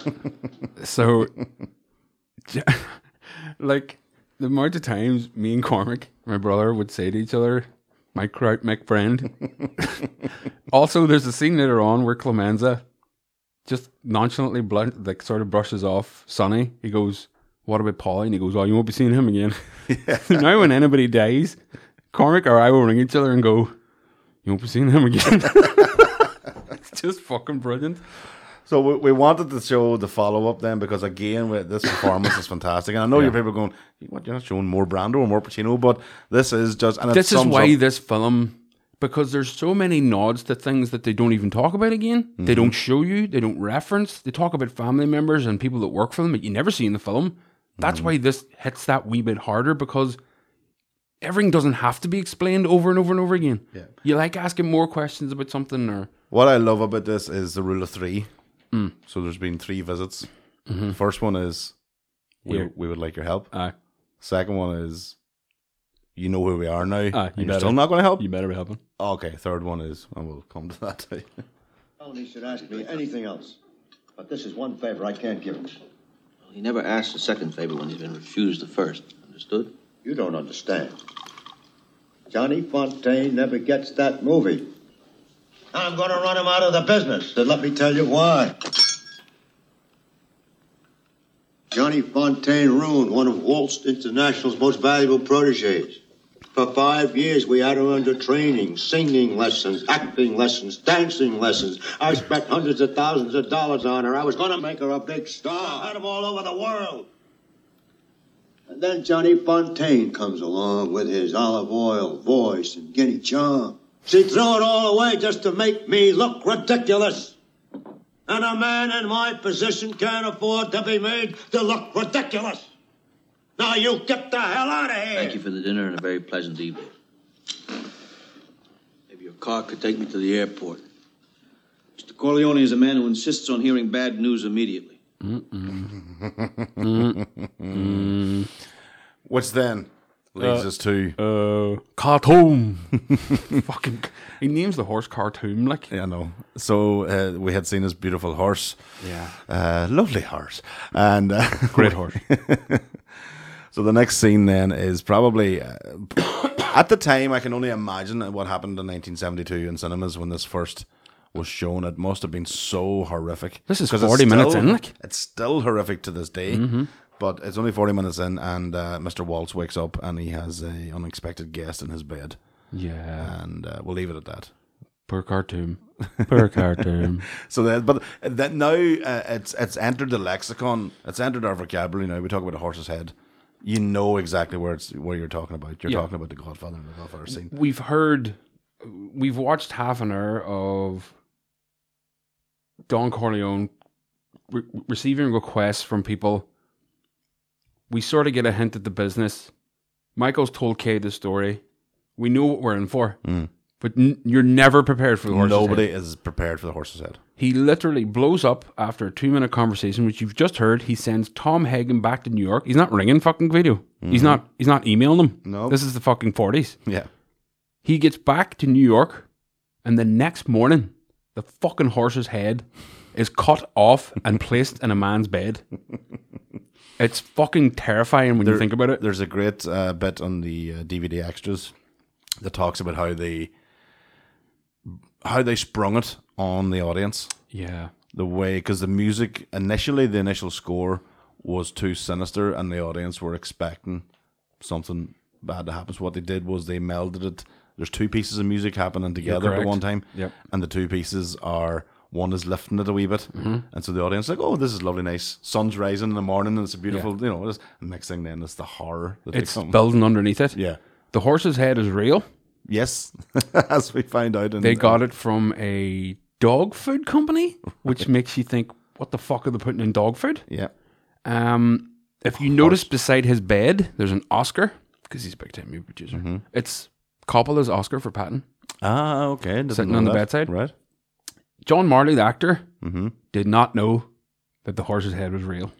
G: So, j- like the amount of times me and Cormac, my brother, would say to each other, "My kraut, my friend." also, there's a scene later on where Clemenza just nonchalantly blunt, like sort of brushes off Sonny. He goes, "What about Polly?" And he goes, "Oh, you won't be seeing him again." now, when anybody dies, Cormac or I will ring each other and go, "You won't be seeing him again." it's just fucking brilliant.
F: so we, we wanted to show the follow up then because again, we, this performance is fantastic, and I know your people are going, "What? You're not showing more Brando or more Pacino?" But this is just and it
G: this is
F: sums
G: why
F: up-
G: this film because there's so many nods to things that they don't even talk about again they
F: Mm-hmm.
G: don't show you they don't reference they talk about family members and people that work for them that you never see in the film
F: Mm-hmm.
G: that's why this hits that wee bit harder because everything doesn't have to be explained over and over and over again yeah. you like asking more questions about something or
F: What I love about this is the rule of three.
G: Hmm.
F: So there's been three visits. The first one is we,
G: Mm-hmm. Here.
F: we would like your help.
G: Aye.
F: Second one is you know where we are now.
G: Aye,
F: and
G: you
F: you're
G: better.
F: still not going to help.
G: better be helping
F: okay. Third one is, and we'll come to that. too.
K: Tony Oh, should ask me anything else. But this is one favor I can't give him.
L: He never asks the second favor when he's been refused the first. Understood?
K: You don't understand. Johnny Fontaine never gets that movie. I'm going to run him out of the business. Then let me tell you why. Johnny Fontaine ruined one of Walt's International's most valuable proteges. For five years, we had her under training, singing lessons, acting lessons, dancing lessons. I spent hundreds of thousands of dollars on her. I was going to make her a big star. I had them all over the world. And then Johnny Fontaine comes along with his olive oil voice and guinea charm. She threw it all away just to make me look ridiculous. And a man in my position can't afford to be made to look ridiculous. Now you get the hell out of here.
L: Thank you for the dinner and a very pleasant evening. Maybe your car could take me to the airport. Mr. Corleone is a man who insists on hearing bad news immediately.
F: Which then leads
G: Uh,
F: us to
G: uh, Khartoum. Fucking, he names the horse Khartoum. Like,
F: yeah, I know. So uh, we had seen his beautiful horse.
G: Yeah.
F: Uh, lovely horse. And uh,
G: Great horse.
F: so the next scene then is probably uh, at the time I can only imagine what happened in 1972 in cinemas when this first was shown. It must have been so horrific.
G: This is
F: 'Cause it's
G: 40 minutes
F: still-
G: in, like.
F: It's still horrific to this day.
G: Mhm.
F: But it's only 40 minutes in, and uh, Mr. Waltz wakes up and he has a unexpected guest in his bed.
G: Yeah.
F: And uh, we'll leave it at that.
G: poor Khartoum. Poor Khartoum.
F: So that, but that now uh, it's it's entered the lexicon. It's entered our vocabulary now. We talk about a horse's head. You know exactly where it's where you're talking about. You're
G: Yeah.
F: talking about the Godfather and the Godfather scene.
G: We've heard, we've watched half an hour of Don Corleone re- receiving requests from people. We sort of get a hint at the business. Michael's told Kay the story. We know what we're in for,
F: Mm.
G: but n- you're never prepared for the horse's
F: Nobody
G: head.
F: is prepared for the horse's head.
G: He literally blows up after a two minute conversation, which you've just heard. He sends Tom Hagen back to New York. He's not ringing fucking video. He's
F: Mhm.
G: not. He's not emailing them.
F: No.
G: This is the fucking forties.
F: Yeah.
G: He gets back to New York, and the next morning, the fucking horse's head is cut off and placed in a man's bed. It's fucking terrifying when you
F: There-
G: think about it.
F: There's a great uh, bit on the uh, DVD extras that talks about how they how they sprung it on the audience.
G: Yeah.
F: the way because the music initially the initial score was too sinister and the audience were expecting something bad to happen so what they did was they melded it there's two pieces of music happening together at
G: correct.
F: one time
G: Yep.
F: and the two pieces are one is lifting it a wee bit
G: Mm-hmm.
F: and so the audience is like oh this is lovely nice sun's rising in the morning and it's a beautiful you know this and next thing then it's the horror that
G: It's
F: they come.
G: building underneath it.
F: Yeah.
G: The horse's head is real.
F: yes as we find out in,
G: They got it from a dog food company, which makes you think, what the fuck are they putting in dog food?
F: yeah
G: Um, if you notice beside his bed, there's an Oscar because he's a big time movie producer. It's Coppola's Oscar for Patton
F: Mm-hmm. ah okay didn't
G: sitting
F: know
G: on the
F: that.
G: bedside.
F: right
G: John Marley, the actor,
F: mm-hmm
G: did not know that the horse's head was real.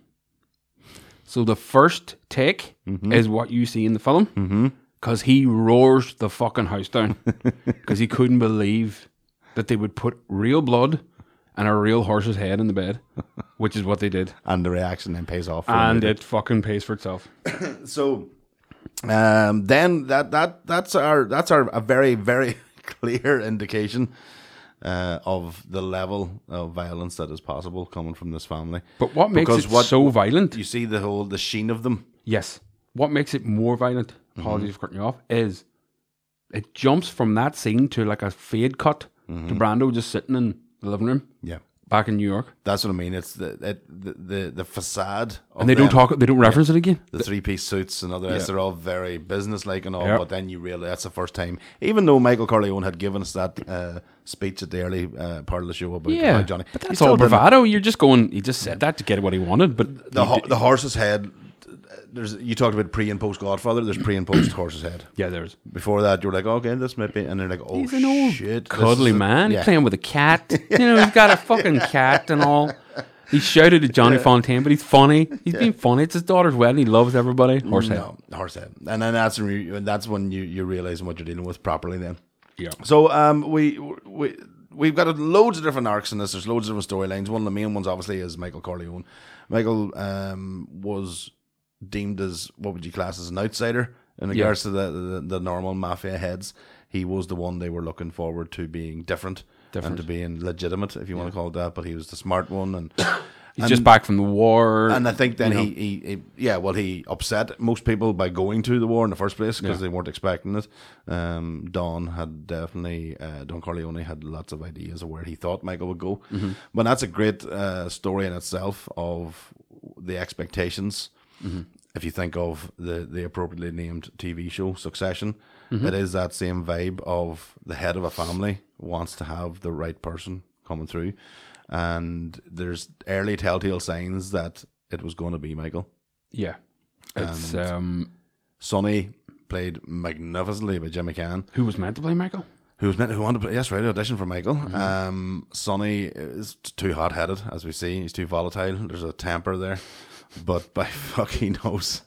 G: So the first take
F: Mhm.
G: is what you see in the film
F: mm-hmm
G: because he roars the fucking house down because he couldn't believe that they would put real blood and a real horse's head in the bed, which is what they did.
F: and the reaction then pays off for
G: And
F: it.
G: it fucking pays for itself.
F: so um, then that that that's our that's our a very very clear indication uh, of the level of violence that is possible coming from this family.
G: But what makes
F: Because
G: it
F: what-
G: so violent?
F: You see the whole the sheen of them.
G: Yes. What makes it more violent,
F: Mm-hmm.
G: apologies for cutting you off, is it jumps from that scene to like a fade cut to Brando just sitting in the living room
F: Mm-hmm. Yeah,
G: back in New York.
F: that's what I mean. It's the it, the, the the facade. Of
G: And they don't
F: them.
G: talk they don't reference it again.
F: The three piece suits and other
G: Yeah.
F: they're all very business like and all,
G: Yeah.
F: but then you realize that's the first time, even though Michael Corleone had given us that uh, speech at the early uh, part of the show about
G: Yeah.
F: uh, Johnny.
G: But
F: he
G: that's
F: still
G: all
F: didn't-
G: bravado. You're just going he just said that to get what he wanted, but
F: the
G: he
F: ho-
G: did-
F: the horse's head. There's you talked about pre and post Godfather. There's pre and post horse's head.
G: Yeah, there's
F: Before that, you were like, okay, this might be, and they're like, oh
G: He's an old
F: shit, this
G: cuddly
F: is a-
G: man
F: Yeah.
G: playing with a cat. You know, he's got a fucking cat and all. He shouted at Johnny Fontaine, but he's funny. He's been funny. It's his daughter's wedding. He loves everybody. Horse head.
F: no, horse head, and then that's when you, that's when you you realize what you're dealing with properly. Then,
G: Yeah.
F: so um, we we. We've got loads of different arcs in this. There's loads of different storylines. One of the main ones, obviously, is Michael Corleone. Michael um, was deemed as what would you class as an outsider in regards to the, the the normal mafia heads. He was the one they were looking forward to being different,
G: Different.
F: and to being legitimate, if you want to call it that. But he was the smart one, and
G: He's just back from the war,
F: and I think then
G: you know.
F: he, he, he, yeah, well, he upset most people by going to the war in the first place because
G: Yeah.
F: they weren't expecting it. Um, Don had definitely, uh, Don Corleone had lots of ideas of where he thought Michael would go,
G: Mhm.
F: but that's a great uh, story in itself of the expectations.
G: Mhm.
F: If you think of the the appropriately named TV show Succession,
G: Mhm.
F: it is that same vibe of the head of a family wants to have the right person coming through, and there's early telltale signs that it was going to be Michael.
G: Yeah. It's,
F: um, Sonny played magnificently by Jimmy Cann.
G: Who was meant to play Michael? Mm-hmm.
F: Who was meant? Who wanted to play? Yes, right. Audition for Michael. Um, Sonny is too hot headed, as we see. He's too volatile. There's a temper there, but by fuck he knows.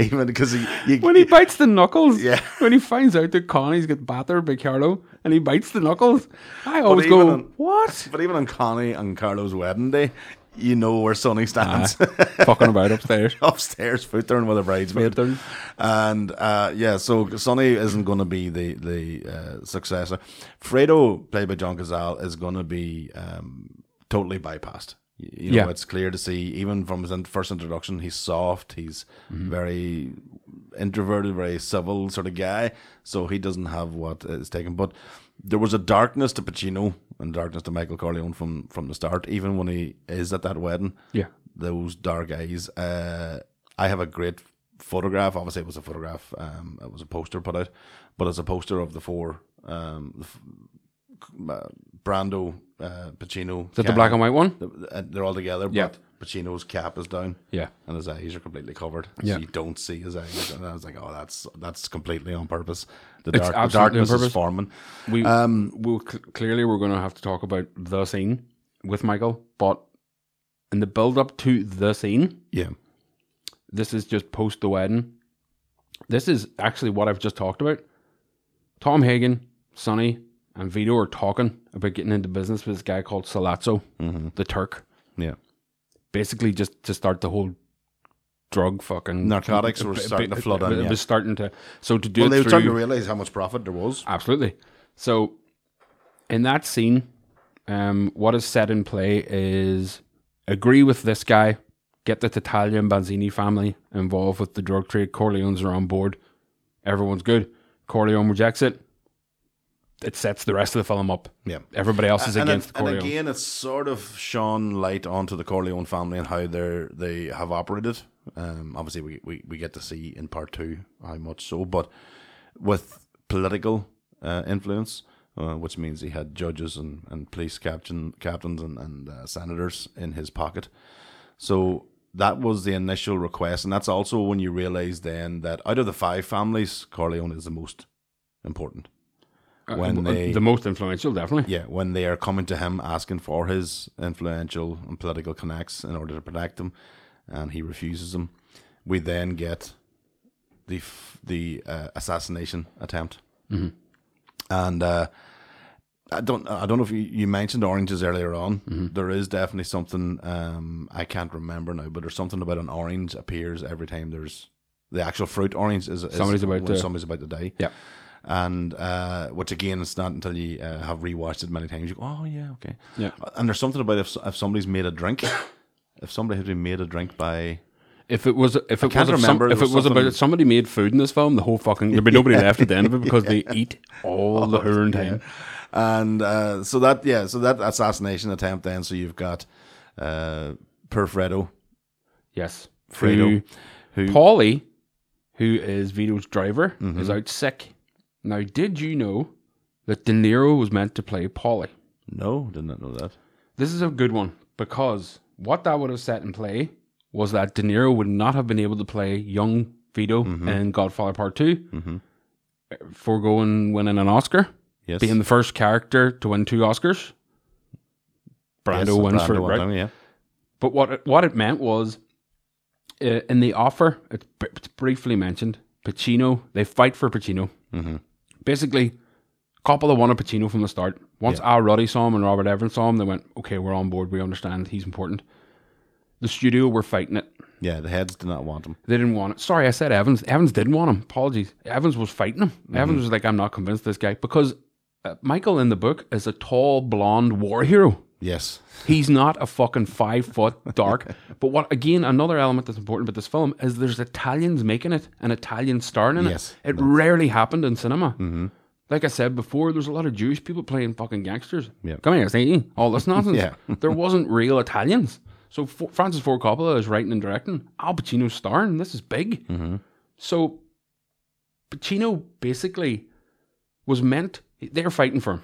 F: Even because he, you,
G: when he bites the knuckles.
F: Yeah.
G: When he finds out that Connie's got battered by Carlo and he bites the knuckles, I
F: But
G: always
F: even
G: go,
F: on-
G: what?
F: But even on Connie and Carlo's wedding day, you know where Sonny stands.
G: Ah, fucking about upstairs.
F: upstairs, footering with a bridesmaid. And uh, yeah, so Sonny isn't going to be the, the uh, successor. Fredo, played by John Cazale, is going to be um, totally bypassed. Y- You know,
G: Yeah.
F: it's clear to see, even from his in- first introduction, he's soft, he's
G: Mhm.
F: very introverted, very civil sort of guy. So he doesn't have what is taken. But there was a darkness to Pacino and darkness to Michael Corleone from from the start, even when he is at that wedding.
G: Yeah.
F: Those dark eyes. Uh, I have a great photograph. Obviously, it was a photograph. Um, it was a poster put out, but it's a poster of the four. Um, the f- uh, Brando, uh, Pacino.
G: Is that the
F: Cam-
G: black and white one?
F: Th- uh, They're all together,
G: Yeah.
F: but Pacino's cap is down.
G: Yeah.
F: And his eyes are completely covered.
G: Yeah.
F: So you don't see his eyes. And I was like, oh, that's that's completely on purpose. The,
G: It's
F: dark, the
G: absolutely on
F: darkness is
G: purpose.
F: forming. Um,
G: We, we'll cl- clearly we're going to have to talk about the scene with Michael, but in the build up to the scene,
F: Yeah.
G: this is just post the wedding. This is actually what I've just talked about. Tom Hagen, Sonny, and Vito are talking about getting into business with this guy called Salazzo, the Turk.
F: Mm-hmm. Yeah.
G: Basically, just to start the whole drug fucking
F: Narcotics were starting to flood in,
G: It,
F: yeah.
G: was starting to so to do
F: Well,
G: it
F: they were
G: through-
F: starting to realize how much profit there was.
G: Absolutely. So, in that scene, um, what is set in play is agree with this guy, get the Titalia and Banzini family involved with the drug trade. Corleones are on board. Everyone's good. Corleone rejects it. It sets the rest of the film up.
F: Yeah.
G: Everybody else is
F: And-
G: against
F: and,
G: Corleone.
F: and again, it's sort of shone light onto the Corleone family and how they they have operated. Um, obviously, we, we, we get to see in part two how much so, but with political uh, influence, uh, which means he had judges and, and police captain captains and, and uh, senators in his pocket. So that was the initial request, and that's also when you realize then that out of the five families, Corleone is the most important.
G: Uh,
F: When
G: uh,
F: they,
G: the most influential, definitely.
F: yeah, when they are coming to him asking for his influential and political connects in order to protect them, and he refuses them, we then get the f- the uh, assassination attempt,
G: Mhm.
F: and uh, I don't I don't know if you, you mentioned oranges earlier on.
G: Mm-hmm.
F: There is definitely something um, I can't remember now, but there's something about an orange appears every time there's the actual fruit orange is, is
G: Somebody's about
F: when
G: to-
F: somebody's about to die.
G: Yeah.
F: And uh, which again, it's not until you uh, have rewatched it many times. You go, oh yeah, okay.
G: Yeah.
F: And there's something about if, if somebody's made a drink, if somebody has been made a drink by
G: If it was, if
F: I
G: it was,
F: can't
G: if, some,
F: remember,
G: if
F: there was
G: it was
F: something-
G: about if somebody made food in this film, the whole fucking there'd be nobody left at the end of it because they eat all the her time.
F: and uh, so that yeah, so that assassination attempt. Then so you've got uh, Perfredo,
G: Yes.
F: Fredo,
G: Who,
F: who-
G: Paulie, who is Vito's driver,
F: Mhm.
G: is out sick. Now, did you know that De Niro was meant to play Paulie?
F: No, did not know that.
G: This is a good one because what that would have set in play was that De Niro would not have been able to play young Vito
F: Mm-hmm.
G: in Godfather Part 2
F: Mhm.
G: foregoing winning an Oscar,
F: Yes.
G: being the first character to win two Oscars. Brando
F: Yes,
G: wins for
F: Brando
G: it,
F: won
G: right?
F: them, yeah.
G: But what it, what it meant was, uh, in the offer, it's, br- it's briefly mentioned. Pacino, they fight for Pacino.
F: Mm-hmm.
G: Basically, Coppola wanted Pacino from the start. Once
F: Yeah.
G: Al Ruddy saw him and Robert Evans saw him, they went, "Okay, we're on board. We understand he's important." The studio were fighting it.
F: Yeah, the heads did not want him.
G: They didn't want it. Sorry, I said Evans. Evans didn't want him. Apologies. Evans was fighting him.
F: Mm-hmm.
G: Evans was like, "I'm not convinced this guy because uh, Michael in the book is a tall blonde war hero."
F: Yes.
G: He's not a fucking five foot dark. but what again, another element that's important about this film is there's Italians making it and Italians starring in
F: Yes. Mm-hmm.
G: it. It rarely happened in cinema. Like I said before, there's a lot of Jewish people playing fucking gangsters.
F: Yeah.
G: Come here, see all this nonsense.
F: Yeah.
G: there wasn't real Italians. So Fo- Francis Ford Coppola is writing and directing. Al Pacino's starring. This is big.
F: Mm-hmm.
G: So Pacino basically was meant they're fighting for him.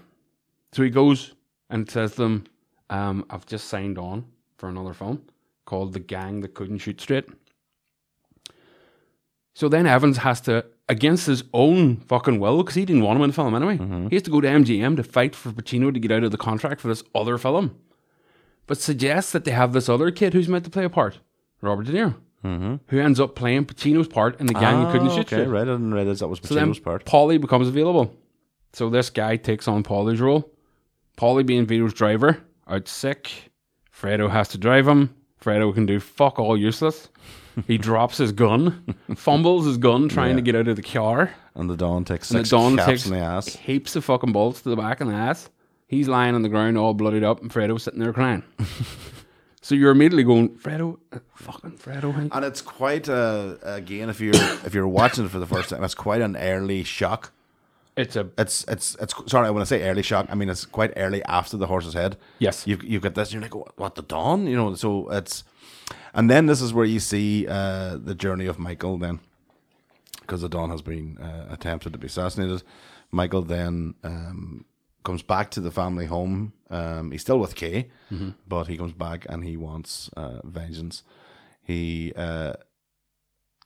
G: So he goes and says to them, um, I've just signed on for another film called The Gang That Couldn't Shoot Straight. So then Evans has to, against his own fucking will, because he didn't want him in the film anyway,
F: Mm-hmm.
G: he has to go to MGM to fight for Pacino to get out of the contract for this other film. But suggests that they have this other kid who's meant to play a part, Robert De Niro, who ends up playing Pacino's part in The Gang That Couldn't
F: Mm-hmm. Ah,
G: Shoot
F: okay.
G: Straight.
F: Right. I didn't realize that was
G: So then
F: Pacino's part.
G: Polly becomes available. So this guy takes on Polly's role. Polly being Vito's driver, out sick. Fredo has to drive him. Fredo can do fuck all useless. He drops his gun, fumbles his gun trying to get out of the car.
F: And the Don takes
G: And
F: six
G: the Don
F: caps
G: takes
F: in the ass.
G: heaps of fucking bullets to the back and the ass. He's lying on the ground all bloodied up, and Fredo's sitting there crying. so you're immediately going, Fredo, uh, fucking Fredo. hey."
F: And it's quite a again if you're if you're watching it for the first time, it's quite an early shock.
G: It's a
F: it's it's it's sorry when I say early shock, I mean it's quite early after the horse's head.
G: Yes,
F: you you get this, and you're like, what, what the dawn? You know, so it's, and then this is where you see uh, the journey of Michael then, because the dawn has been uh, attempted to be assassinated. Michael then um, comes back to the family home. Um, he's still with Kay,
G: Mhm.
F: but he comes back and he wants uh, vengeance. He uh,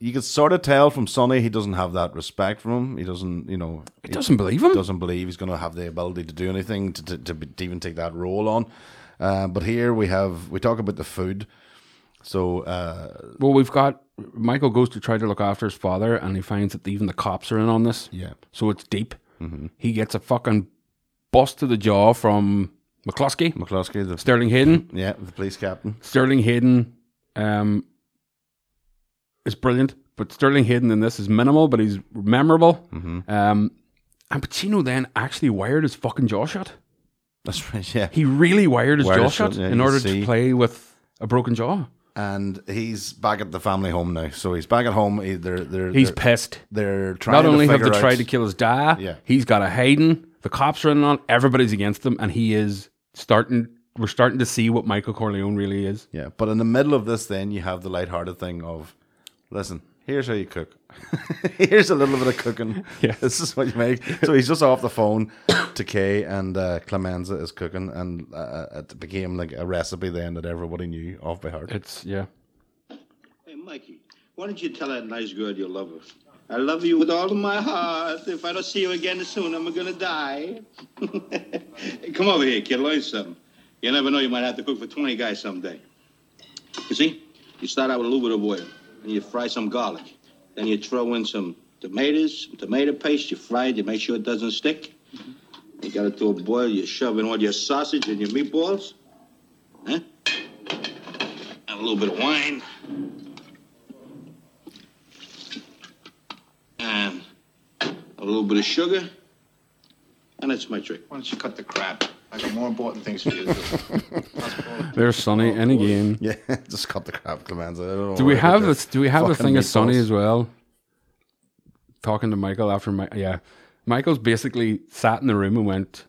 F: you can sort of tell from Sonny he doesn't have that respect for him. He doesn't, you know, he,
G: doesn't believe him.
F: Doesn't believe he's going to have the ability to do anything to to, to, be- to even take that role on. Uh, but here we have we talk about the food. So uh,
G: Well, we've got Michael goes to try to look after his father, and he finds that even the cops are in on this.
F: Yeah. Mm-hmm.
G: So it's deep. He gets a fucking bust to the jaw from McCluskey,
F: McCluskey, the
G: Sterling Hayden.
F: yeah, the police captain.
G: Sterling Hayden um, is brilliant, but Sterling Hayden in this is minimal, but he's memorable.
F: Mm-hmm.
G: Um, and Pacino then actually wired his fucking jaw shut.
F: That's right. Yeah,
G: He really wired his
F: Wired
G: jaw
F: his jaw-
G: shut
F: yeah,
G: in
F: you
G: order
F: see.
G: to play with a broken jaw.
F: and he's back at the family home now. So he's back at home. He, they're, they're,
G: He's
F: they're-
G: pissed.
F: They're trying.
G: Not
F: to
G: only have
F: figure
G: they
F: out-
G: tried to kill his dad,
F: Yeah.
G: he's got a Hayden. The cops are in on. it, Everybody's against him, and he is starting. We're starting to see what Michael Corleone really is.
F: Yeah, but in the middle of this, then you have the lighthearted thing of, listen, here's how you cook. here's a little bit of cooking.
G: Yeah.
F: This is what you make. So he's just off the phone to Kay, and uh, Clemenza is cooking, and uh, it became like a recipe then that everybody knew off by heart.
G: It's yeah.
K: Hey, Mikey, why don't you tell that nice girl you love her? I love you with all of my heart. If I don't see you again soon, I'm gonna die. Hey, come over here, kid. Learn something. You never know. You might have to cook for 20 guys someday. You see, you start out with a little bit of oil, and you fry some garlic. Then you throw in some tomatoes, some tomato paste. You fry it. You make sure it doesn't stick. You got it to a boil. You shove in all your sausage and your meatballs. Huh? And a little bit of wine. and a little bit of sugar, and that's my trick. Why don't you cut the crap? I got more important things for you to do.
G: There's Sonny and again.
F: Oh, Yeah, just cut the crap, Clemenza. I don't know
G: Do we
F: why, but
G: have
F: just
G: this? Do we have the
F: fucking
G: thing of Sonny
F: meatballs.
G: as well? Talking to Michael after my yeah, Michael's basically sat in the room and went,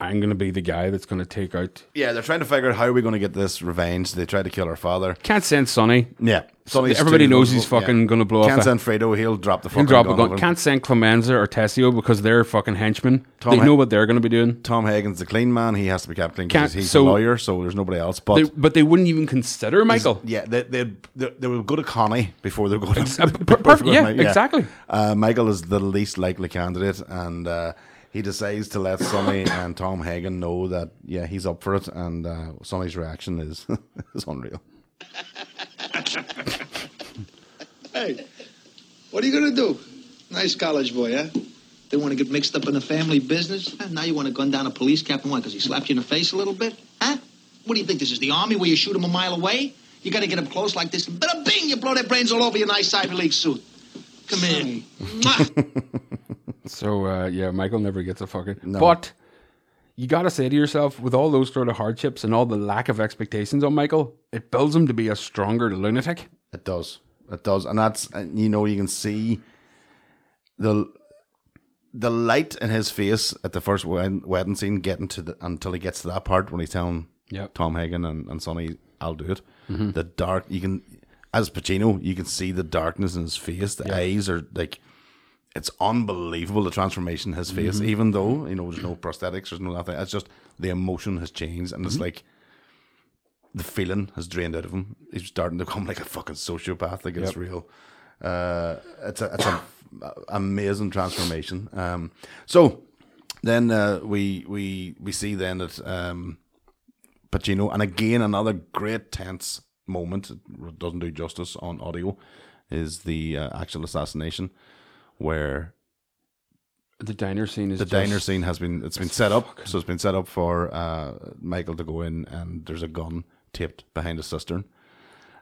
G: "I'm gonna be the guy that's gonna take out."
F: Yeah, they're trying to figure out how are we going to get this revenge. They tried to kill our father.
G: Can't send Sonny.
F: Yeah, Sonny's
G: everybody
F: too-
G: knows he's
F: yeah.
G: fucking gonna blow
F: Can't
G: off. a-
F: send Fredo. He'll drop the
G: He'll
F: fucking
G: drop
F: gun
G: a
F: over
G: gun.
F: him.
G: Can't send Clemenza or Tessio because they're fucking henchmen.
F: Tom
G: they
F: Hen-
G: know what they're going to be doing.
F: Tom Hagen's the clean man. He has to be kept clean
G: Can't-
F: because he's
G: so-
F: a lawyer, so there's nobody else. But
G: They- but they wouldn't even consider Michael.
F: Yeah, they they they, they will go to Connie before they go to.
G: uh, per-
F: before they
G: perfect,
F: go to
G: yeah,
F: Mi-
G: exactly.
F: Uh, Michael is the least likely candidate, and uh, he decides to let Sonny and Tom Hagen know that yeah he's up for it, and uh, Sonny's reaction is is unreal.
M: Hey, what are you gonna do? Nice college boy, huh?
L: They want to get mixed up in the family business? Huh, Now you want to gun down a police captain, why? Because he slapped you in the face a little bit? Huh? What do you think this is, the army where you shoot him a mile away? You got to get up close like this, but a bing, you blow their brains all over your nice Ivy League suit. Come here. Mwah.
G: So uh, yeah, Michael never gets a fucking.
F: No.
G: But you got to say to yourself, with all those sort of hardships and all the lack of expectations on Michael, it builds him to be a stronger lunatic.
F: It does. It does, and that's and you know you can see the the light in his face at the first wed- wedding scene, getting to the until he gets to that part when he's telling
G: Yep.
F: Tom Hagen and, and Sonny, "I'll do it."
G: Mhm.
F: The dark you can, as Pacino, you can see the darkness in his face. The eyes are like. It's unbelievable the transformation in his face,
G: Mhm.
F: even though you know there's no prosthetics, there's no nothing. It's just the emotion has changed, and it's
G: Mhm.
F: like the feeling has drained out of him. He's starting to become like a fucking sociopath. Like it's
G: Yep.
F: real. Uh, it's a, it's a amazing transformation. Um, so then uh, we we we see then that um, Pacino, and again another great tense moment. It doesn't do justice on audio. Is the uh, actual assassination where
G: The diner scene is
F: the
G: just-
F: diner scene has been it's been set up so it's been set up for uh michael to go in and there's a gun taped behind a cistern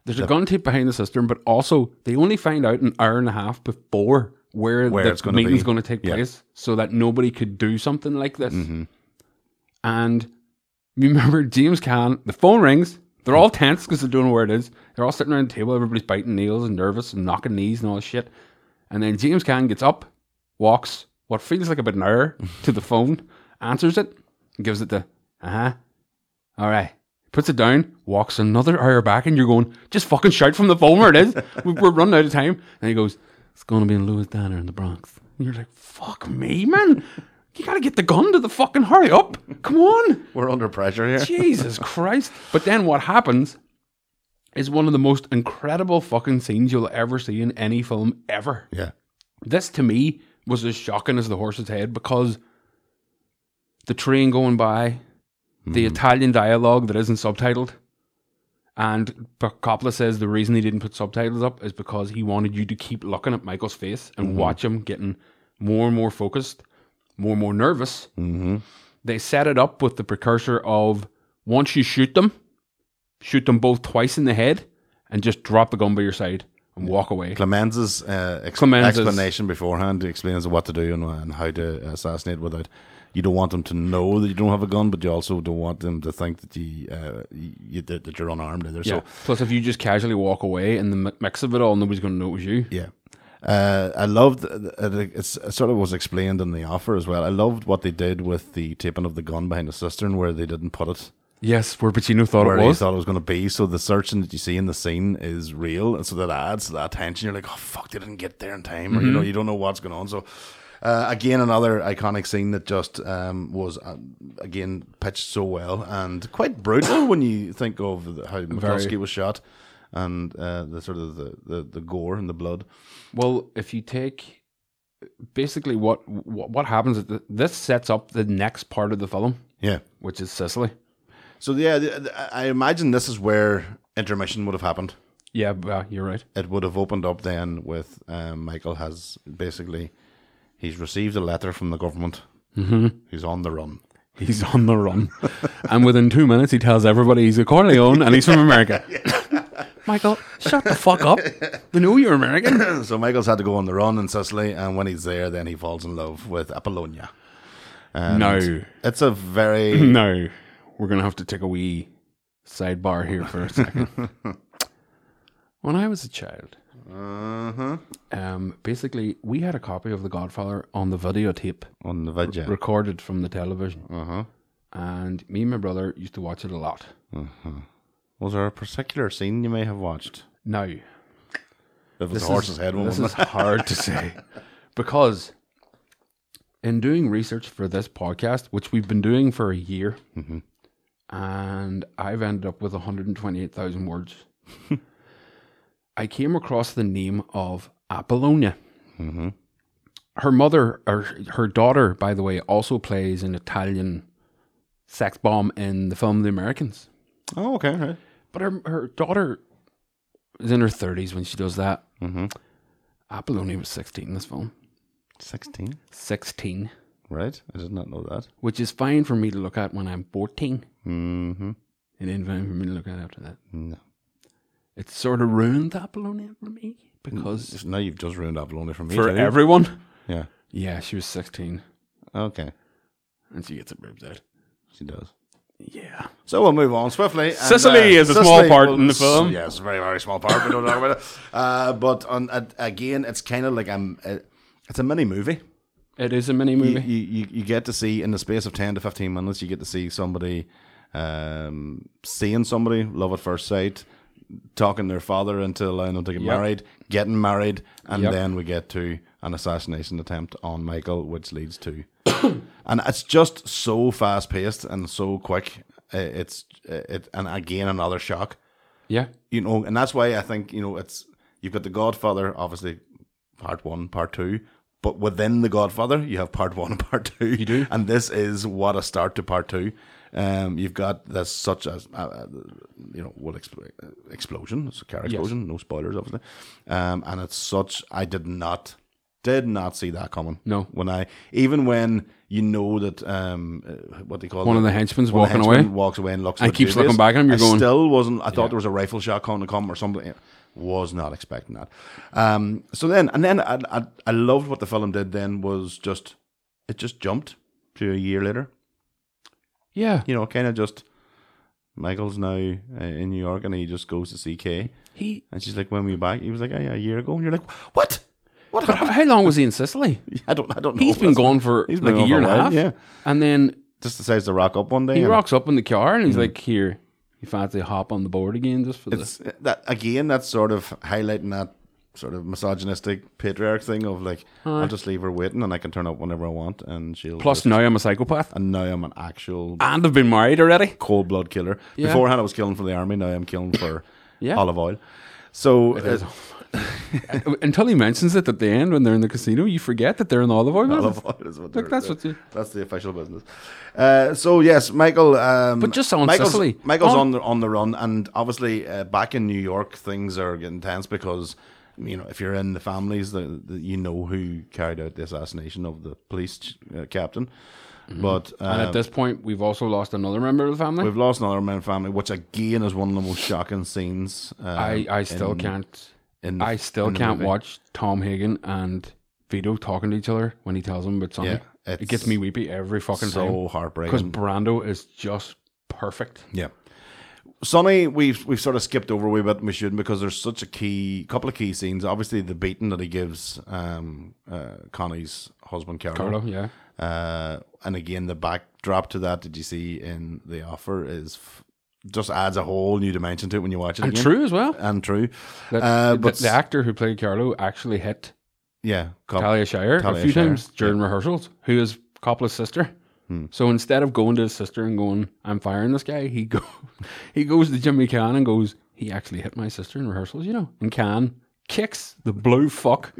G: There's
F: The-
G: a gun tape behind the cistern, but also they only find out an hour and a half before where,
F: Where
G: the
F: it's gonna
G: meeting's
F: be.
G: going to take
F: Yeah.
G: place, so that nobody could do something like this.
F: Mm-hmm.
G: And you remember James Can, the phone rings. They're all tense because they don't know where it is. They're all sitting around the table. Everybody's biting nails and nervous and knocking knees and all this shit. And then James Can gets up, walks what feels like about an hour to the phone, answers it, and gives it the uh huh. All right. Puts it down, walks another hour back, and you're going, just fucking shout from the phone where it is. We- We're running out of time. And he goes, it's going to be in Lewis Diner in the Bronx. And you're like, fuck me, man. You got to get the gun to the fucking hurry up. Come on.
F: We're under pressure here.
G: Jesus Christ. But then what happens is one of the most incredible fucking scenes you'll ever see in any film ever.
F: Yeah.
G: This to me was as shocking as the horse's head because the train going by, the
F: Mm-hmm.
G: Italian dialogue that isn't subtitled, and P- Coppola says the reason he didn't put subtitles up is because he wanted you to keep looking at Michael's face and
F: Mhm.
G: watch him getting more and more focused, more and more nervous.
F: Mm-hmm.
G: They set it up with the precursor of once you shoot them, shoot them both twice in the head, and just drop the gun by your side and walk away.
F: clemens's uh ex-
G: Clemens's-
F: explanation beforehand explains what to do and, and how to uh, assassinate without you don't want them to know that you don't have a gun but you also don't want them to think that you uh you, that, that you're unarmed either
G: Yeah.
F: so
G: Plus, if you just casually walk away in the mi- mix of it all, nobody's going to know it was you.
F: Yeah. Uh, I loved uh, it's, it sort of was explained in the offer as well. I loved what they did with the taping of the gun behind the cistern where they didn't put it
G: Yes, where Pacino thought
F: where
G: it
F: he
G: was.
F: thought it was going to be. So the searching that you see in the scene is real, and so that adds to that tension. You're like, oh fuck, they didn't get there in time, or you know,
G: Mhm.
F: you don't know what's going on. So. Uh, again, another iconic scene that just um, was um, again pitched so well and quite brutal when you think of the- how McCluskey was shot and uh, the sort of the, the, the gore and the blood.
G: Well, if you take basically what what, what happens, at the, this sets up the next part of the film.
F: Yeah.
G: which is Sicily.
F: So yeah, th- th- I imagine this is where intermission would have happened.
G: Yeah, well, you're right.
F: It would have opened up then with um, Michael has basically he's received a letter from the government.
G: Mhm.
F: He's on the run.
G: He's on the run, and within two minutes, he tells everybody he's a Corleone and he's from America. Michael, shut the fuck up. They know you're American.
F: so Michael's had to go on the run in Sicily, and when he's there, then he falls in love with Apollonia. And
G: No.
F: it's a very
G: no, we're gonna have to take a wee sidebar here for a second. when I was a child,
F: Uh-huh.
G: um, basically we had a copy of The Godfather on the videotape
F: on the video
G: recorded from the television,
F: uh-huh.
G: and me and my brother used to watch it a lot.
F: Uh-huh. Was there a particular scene you may have watched?
G: Now, if
F: it was
G: this
F: the
G: is-
F: horse's head one,
G: this
F: wasn't
G: is
F: it?
G: hard to say because in doing research for this podcast, which we've been doing for a year,
F: Mm-hmm.
G: and I've ended up with 128,000 words. I came across the name of Apollonia.
F: Mm-hmm.
G: Her mother, or her daughter, by the way, also plays an Italian sex bomb in the film The Americans.
F: Oh, okay, right.
G: But her her daughter is in her 30s when she does that.
F: Mm-hmm.
G: Apollonia was 16 in this film.
F: 16?
G: 16.
F: Right? I did not know that.
G: Which is fine for me to look at when I'm 14.
F: Mm-hmm.
G: It ain't fine for me to look at after that.
F: No.
G: It's sort of ruined Apollonia for me because
F: Just- now you've just ruined Apollonia for me.
G: for
F: too.
G: everyone.
F: Yeah.
G: Yeah, she was 16
F: Okay.
G: and she gets her boobs out.
F: She does.
G: Yeah.
F: So we'll move on swiftly. uh,
G: Sicily is a small part in the film.
F: Yes, very very small part. We don't talk about it. Uh, but on, uh, again, it's kind of like um, uh, it's a mini movie.
G: It is a mini movie.
F: You, you you get to see in the space of ten to fifteen minutes, you get to see somebody um, seeing somebody, love at first sight, talking their father into allowing them to get
G: Yep.
F: married, getting married, and
G: Yep.
F: then we get to an assassination attempt on Michael, which leads to, and it's just so fast paced and so quick. Uh, It's uh, it, and again another shock.
G: Yeah.
F: you know, and that's why I think you know it's you've got the Godfather, obviously, part one, part two. But within the Godfather, you have part one and part two. You do, and this is what a start to part two. Um, you've got this such as uh, you know what expl- uh, explosion, it's a car
G: Yes.
F: explosion. No spoilers, obviously. Um, and it's such I did not did not see that coming.
G: No.
F: when I even when you know that um, uh, what do you call
G: One
F: it?
G: of the henchmen's
F: One of the
G: walking away.
F: henchmen walks away and looks.
G: And
F: a bit
G: keeps
F: dubious.
G: looking back at him, you're
F: I
G: going-
F: still wasn't. I thought there was a rifle shot coming to come or something. Was not expecting that. Um, so then, and then I, I I loved what the film did. Then was just it just jumped to a year later.
G: Yeah,
F: you know, kind of just Michael's now uh, in New York, and he just goes to see Kay.
G: He-
F: and she's like, "When were you back?" He was like, "Oh, yeah, a year ago." And you're like, "What? What?
G: But how, how long was he in Sicily?
F: I don't. I don't know.
G: He's been
F: That's-
G: gone for
F: he's been
G: like a
F: gone
G: year
F: for
G: and
F: a
G: a
F: while,
G: half.
F: yeah.
G: And then
F: Just decides to rock up one day.
G: he
F: and-
G: rocks up in the car and he's
F: Mm.
G: like, "Here, you fancy hop on the board again just for
F: it's
G: this?"
F: that again that's sort of highlighting that sort of misogynistic patriarch thing of like
G: Aye.
F: i'll just leave her waiting and i can turn up whenever i want and she'll
G: Plus,
F: just-
G: now I'm a psychopath
F: and now i'm an actual
G: and I've been married already.
F: cold blood killer
G: Yeah.
F: beforehand i was killing for the army now i'm killing for
G: Yeah.
F: olive oil so
G: It
F: uh,
G: is. Until he mentions it at the end when they're in the casino, you forget that they're in the olive oil. business.
F: olive oil is what
G: Like,
F: they're-
G: that's what you.
F: that's the official business uh, so yes michael um,
G: But just on
F: michael's,
G: Sicily. Oh.
F: michael's
G: On-
F: on, the on the run and obviously uh, back in new york things are getting tense because you know if you're in the families the, the, you know who carried out the assassination of the police ch- uh, captain but
G: Mm-hmm.
F: um,
G: and at this point, we've also lost another member of the family.
F: we've lost another man family which again is one of the most shocking scenes um,
G: I, I still
F: in-
G: can't.
F: in the-
G: I still
F: in the
G: can't
F: movie.
G: watch Tom Hagen and Vito talking to each other when he tells them about Sonny.
F: Yeah,
G: it
F: it's
G: gets me weepy every fucking
F: so
G: time. Because
F: heartbreaking.
G: Brando is just perfect.
F: Yeah. Sonny, we've we've sort of skipped over a wee bit, and we shouldn't, because there's such a key couple of key scenes. Obviously, the beating that he gives um, uh, Connie's husband, Carlo.
G: Carlo, yeah.
F: Uh, and again, the backdrop to that, did you see in the offer, is f- just adds a whole new dimension to it when you watch it.
G: And
F: again.
G: true as well.
F: And true.
G: That,
F: uh,
G: the-
F: but
G: the, actor who played Carlo actually hit
F: yeah, Cop-
G: Talia Shire
F: Talia
G: a few
F: Shire. Hmm.
G: times during rehearsals, who is Coppola's sister. So instead of going to his sister and going, "I'm firing this guy," he go, he goes to Jimmy Can and goes, "He actually hit my sister in rehearsals, you know." And Can kicks the blue fuck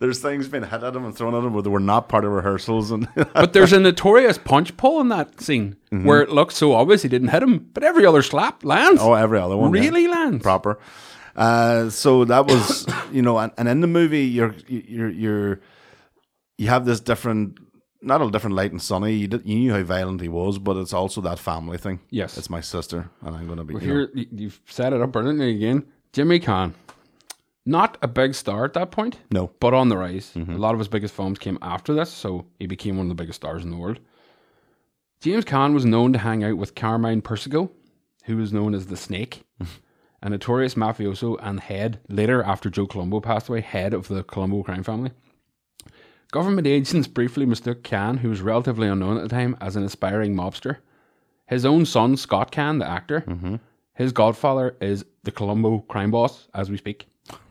F: There's things being hit at him and thrown at him where they were not part of rehearsals, and Mm-hmm.
G: But there's a notorious punch pull in that scene where it looks so obvious he didn't hit him, but every other slap lands.
F: Oh, every other one. yeah.
G: Really lands.
F: Proper. Uh, so that was, you know, and, and in the movie, you're, you're, you're, you have this different, not a different light and sunny. You, did, you knew how violent he was, but it's also that family thing.
G: Yes.
F: It's my sister, and I'm going to be
G: Well,
F: you know.
G: here y- you've set it up brilliantly again. Jimmy Kahn, not a big star at that point.
F: No. Mm-hmm.
G: but on the rise. A lot of his biggest films came after this, so he became one of the biggest stars in the world. James Kahn was known to hang out with Carmine Persico, who was known as the Snake, a notorious mafioso and head later after Joe Colombo passed away, head of the Colombo crime family. Government agents briefly mistook Kahn, who was relatively unknown at the time, as an aspiring mobster. His own son, Scott Kahn, the actor, his godfather is the Colombo crime boss as we speak.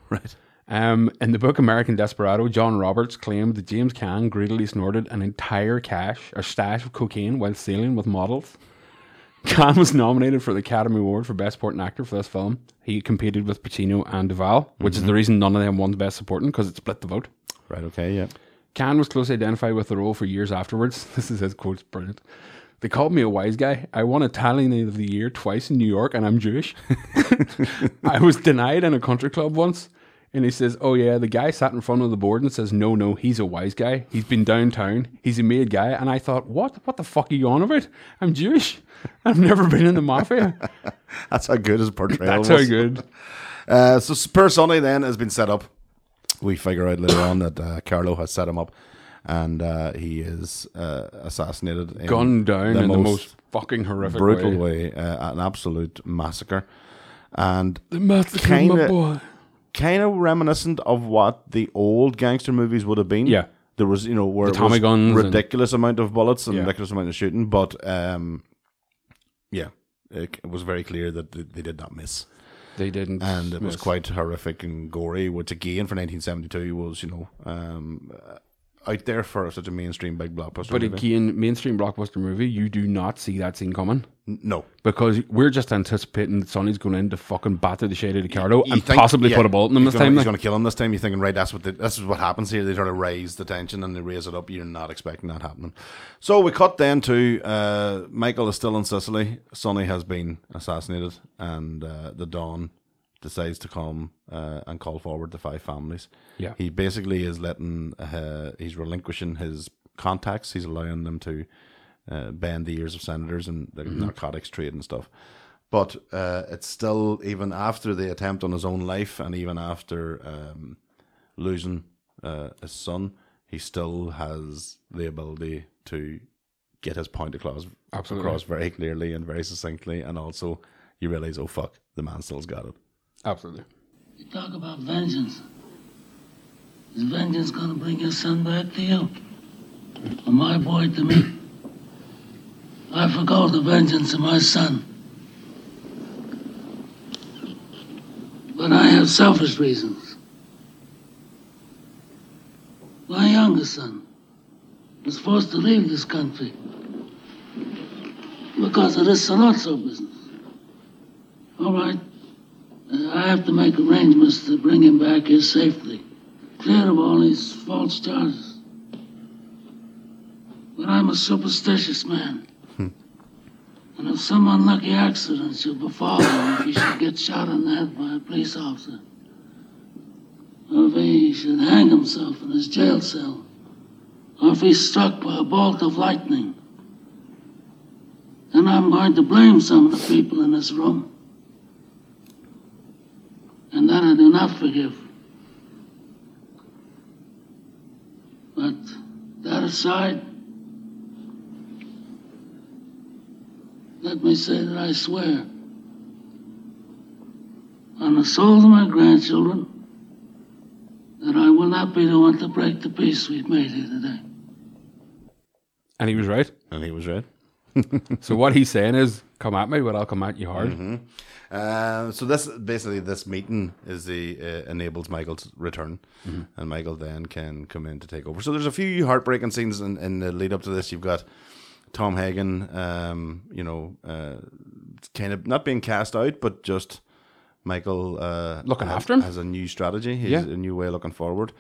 F: Right.
G: Um, in the book American Desperado, John Roberts claimed that James Caan greedily snorted an entire cache, a stash of cocaine while sailing with models. Caan was nominated for the Academy Award for Best Supporting Actor for this film. He competed with Pacino and Duvall, which is the reason none of them won Best Supporting because it split the vote.
F: Mm-hmm. Right. Okay. Yeah.
G: Can was closely identified with the role for years afterwards. This is his quote, it's brilliant. They called me a wise guy. I won Italian of the Year twice in New York, and I'm Jewish. I was denied in a country club once. And he says, Oh, yeah, the guy sat in front of the board and says, No, no, he's a wise guy. He's been downtown. He's a made guy. And I thought, What? What the fuck are you on about? I'm Jewish. I've never been in the mafia.
F: That's how good his portrayal
G: That's
F: was.
G: how good.
F: Uh, so Spur Sonny then has been set up. We figure out later on that uh, Carlo has set him up. and uh, he is uh, assassinated, in
G: Gunned down in the most fucking horrific
F: brutal
G: way.
F: way, uh, an absolute massacre, and
G: The massacre, my boy.
F: kind of reminiscent of what the old gangster movies would have been.
G: Yeah.
F: there was you know where
G: The
F: it
G: Tommy
F: was
G: guns and-
F: ridiculous amount of bullets and
G: Yeah.
F: ridiculous amount of shooting, but um, yeah, it, it was very clear that th- they did not miss.
G: They didn't,
F: and it was
G: miss.
F: quite horrific and gory, which again for 1972 was you know um, uh, out there for such a mainstream big blockbuster.
G: But
F: movie.
G: again, mainstream blockbuster movie, you do not see that scene coming.
F: No,
G: because we're just anticipating that Sonny's going in to fucking batter the shit out of Ricardo
F: You
G: and
F: think-
G: possibly
F: yeah,
G: put a bullet in him
F: he's
G: this
F: gonna,
G: time.
F: He's
G: like-
F: going to kill him this time. You're thinking, right? That's what they, this is what happens here. They sort of raise the tension and they raise it up. You're not expecting that happening. So we cut then to uh, Michael is still in Sicily. Sonny has been assassinated, and uh, the Don decides to come uh, and call forward the five families.
G: Yeah.
F: he basically is letting uh, he's relinquishing his contacts. He's allowing them to uh, bend the ears of senators and the
G: Mhm.
F: narcotics trade and stuff. But uh, it's still even after the attempt on his own life, and even after um, losing uh, his son, he still has the ability to get his point across,
G: Absolutely.
F: across very clearly and very succinctly. And also, you realize, oh fuck, the man still's got it.
G: Absolutely.
N: You talk about vengeance. Is vengeance gonna bring your son back to you? Or my boy to me? I forgo the vengeance of my son. But I have selfish reasons. My youngest son was forced to leave this country because of this Salazzo business. All right. Uh, I have to make arrangements to bring him back here safely, clear of all these false charges. But I'm a superstitious man. and if some unlucky accident should befall him, if he should get shot in the head by a police officer, or if he should hang himself in his jail cell, or if he's struck by a bolt of lightning, then I'm going to blame some of the people in this room and that I do not forgive. But that aside, let me say that I swear on the souls of my grandchildren that I will not be the one to break the peace we've made here today.
G: And he was right.
F: And he was right.
G: so what he's saying is, come at me, but I'll come at you hard.
F: Mhm. Uh, so this basically this meeting is the uh, enables Michael's return,
G: Mhm.
F: and Michael then can come in to take over. So there's a few heartbreaking scenes in, in the lead up to this. You've got Tom Hagen, um, you know, uh, kind of not being cast out, but just Michael uh,
G: Looking
F: has-
G: after him?
F: has a new strategy. He's
G: Yeah.
F: a new way of looking forward.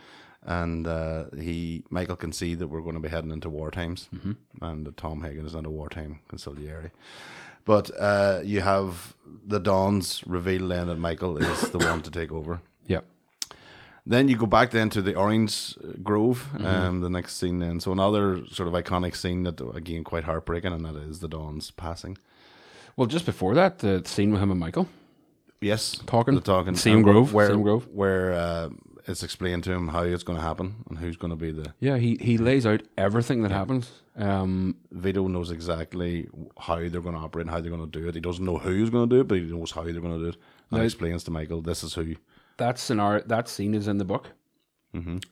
F: And uh, he, Michael, can see that we're going to be heading into war times,
G: Mhm.
F: and that Tom Hagen is not a wartime conciliary. But uh, you have the Dons reveal then that Michael is the one to take over.
G: Yep.
F: Then you go back then to the Orange Grove,
G: Mhm.
F: um, the next scene then. So another sort of iconic scene that again quite heartbreaking, and that is the Dons passing.
G: Well, just before that, the scene with him and Michael.
F: Yes,
G: Talking.
F: the talking
G: Same
F: and
G: grove,
F: where
G: same grove.
F: where uh, it's explained to him how it's going to happen and who's going to be the
G: Yeah, he, he lays out everything that happens. Um,
F: Vito knows exactly how they're going to operate and how they're going to do it. He doesn't know who's going to do it, but he knows how they're going to do it. And
G: Now-
F: explains to Michael, this is who.
G: That scenario, that scene is in the book.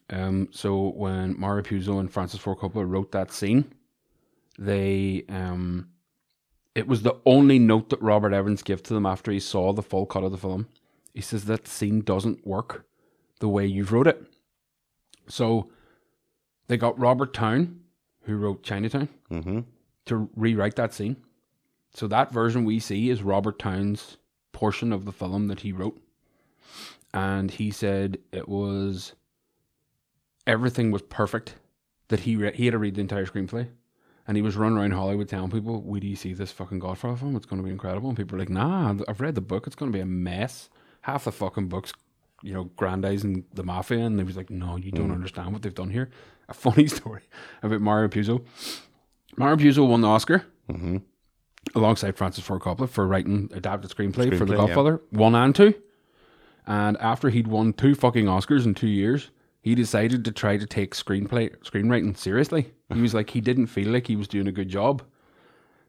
G: Um, so when Mario Puzo and Francis Ford Coppola wrote that scene, they um, it was the only note that Robert Evans gave to them after he saw the full cut of the film. He says that scene doesn't work the way you've wrote it. So they got Robert Town, who wrote Chinatown,
F: Mm-hmm.
G: to rewrite that scene. So that version we see is Robert Town's portion of the film that he wrote. And he said it was everything was perfect that he re- he had to read the entire screenplay. And he was running around Hollywood telling people, "Would you see this fucking Godfather film? It's going to be incredible." And people are like, "Nah, I've read the book. It's going to be a mess. Half the fucking books, you know, grandizing the mafia." And he was like, "No, you don't
F: Mm.
G: understand what they've done here." A funny story about Mario Puzo. Mario Puzo won the Oscar
F: Mm-hmm.
G: alongside Francis Ford Coppola for writing adapted screenplay, for The
F: Screenplay, yeah.
G: Godfather, one and two. And after he'd won two fucking Oscars in two years, he decided to try to take screenplay screenwriting seriously. He was like he didn't feel like he was doing a good job.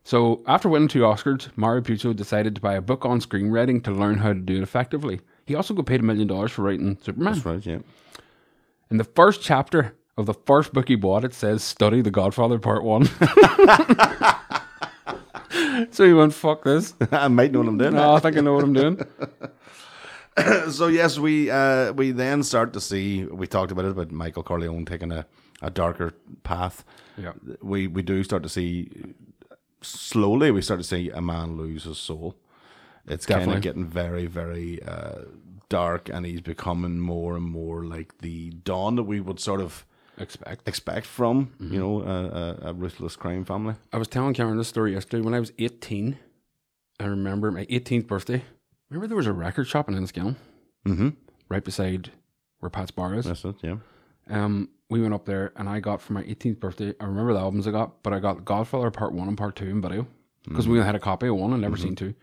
G: So after winning two Oscars, Mario Puzo decided to buy a book on screenwriting to learn how to do it effectively. He also got paid a million dollars for writing Superman. That's
F: right, yeah.
G: In the first chapter of the first book he bought, it says "Study The Godfather Part One." so he went, "Fuck this."
F: I might know what I'm doing.
G: No, I think I know what I'm doing.
F: so yes, we uh, we then start to see. We talked about it about Michael Corleone taking a, a darker path.
G: Yeah.
F: we we do start to see slowly. We start to see a man lose his soul. It's kind
G: Definitely.
F: of getting very very uh, dark, and he's becoming more and more like the Don that we would sort of
G: expect Mm-hmm.
F: expect from you know a, a, a ruthless crime family.
G: I was telling Karen this story yesterday. When I was 18, I remember my 18th birthday. Remember there was a record shop in Enniskillen,
F: Mm-hmm.
G: right beside where Pat's bar is.
F: That's it. Yeah.
G: Um, we went up there, and I got for my 18th birthday. I remember the albums I got, but I got Godfather Part One and Part Two in video because
F: Mm-hmm.
G: we had a copy of one and never seen two,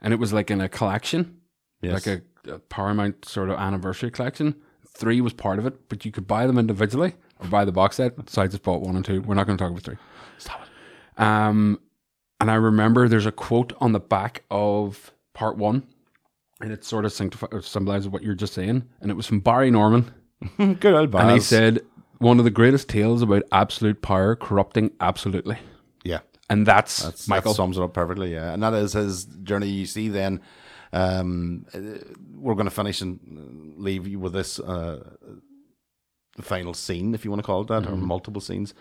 G: and it was like in a collection,
F: Yes.
G: like a, a Paramount sort of anniversary collection. Three was part of it, but you could buy them individually or buy the box set. So I just bought one and two. We're not going to talk about three. Stop it. Um, and I remember there's a quote on the back of Part One, and it sort of sanctifi- symbolizes what you're just saying, and it was from Barry Norman.
F: Good old
G: And he
F: Baz.
G: said, one of the greatest tales about absolute power corrupting absolutely.
F: Yeah.
G: And that's,
F: That's,
G: Michael.
F: That sums it up perfectly, yeah. And that is his journey. You see, then um, uh, we're going to finish and leave you with this uh, the final scene, if you want to call it that, or
G: Mm-hmm.
F: multiple scenes,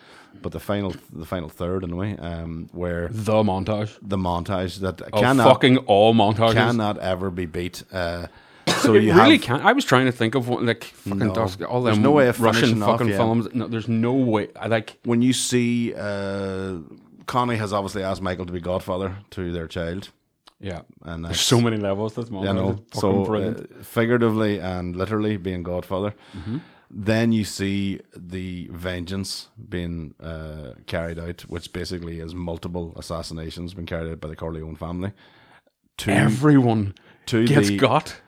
F: but the final, the final third, anyway, um, where
G: the montage,
F: the montage that
G: Of
F: cannot
G: fucking all montages.
F: cannot ever be beat. Uh, so
G: it
F: you
G: really
F: have,
G: can't. I was trying to think of one, like fucking
F: No.
G: Dusk, all
F: There's
G: them
F: no way of
G: Russian
F: finishing off,
G: fucking
F: yeah.
G: films. No, there's no way. I like
F: when you see uh, Connie has obviously asked Michael to be godfather to their child.
G: yeah.
F: And
G: There's
F: that's-
G: so many levels. That's montage.
F: you know,
G: It's fucking
F: so
G: brilliant. Mm-hmm.
F: uh, figuratively and literally being Godfather. Then you see the vengeance being uh, carried out, which basically is multiple assassinations being carried out by the Corleone family. To
G: Everyone
F: to
G: gets
F: the-
G: got.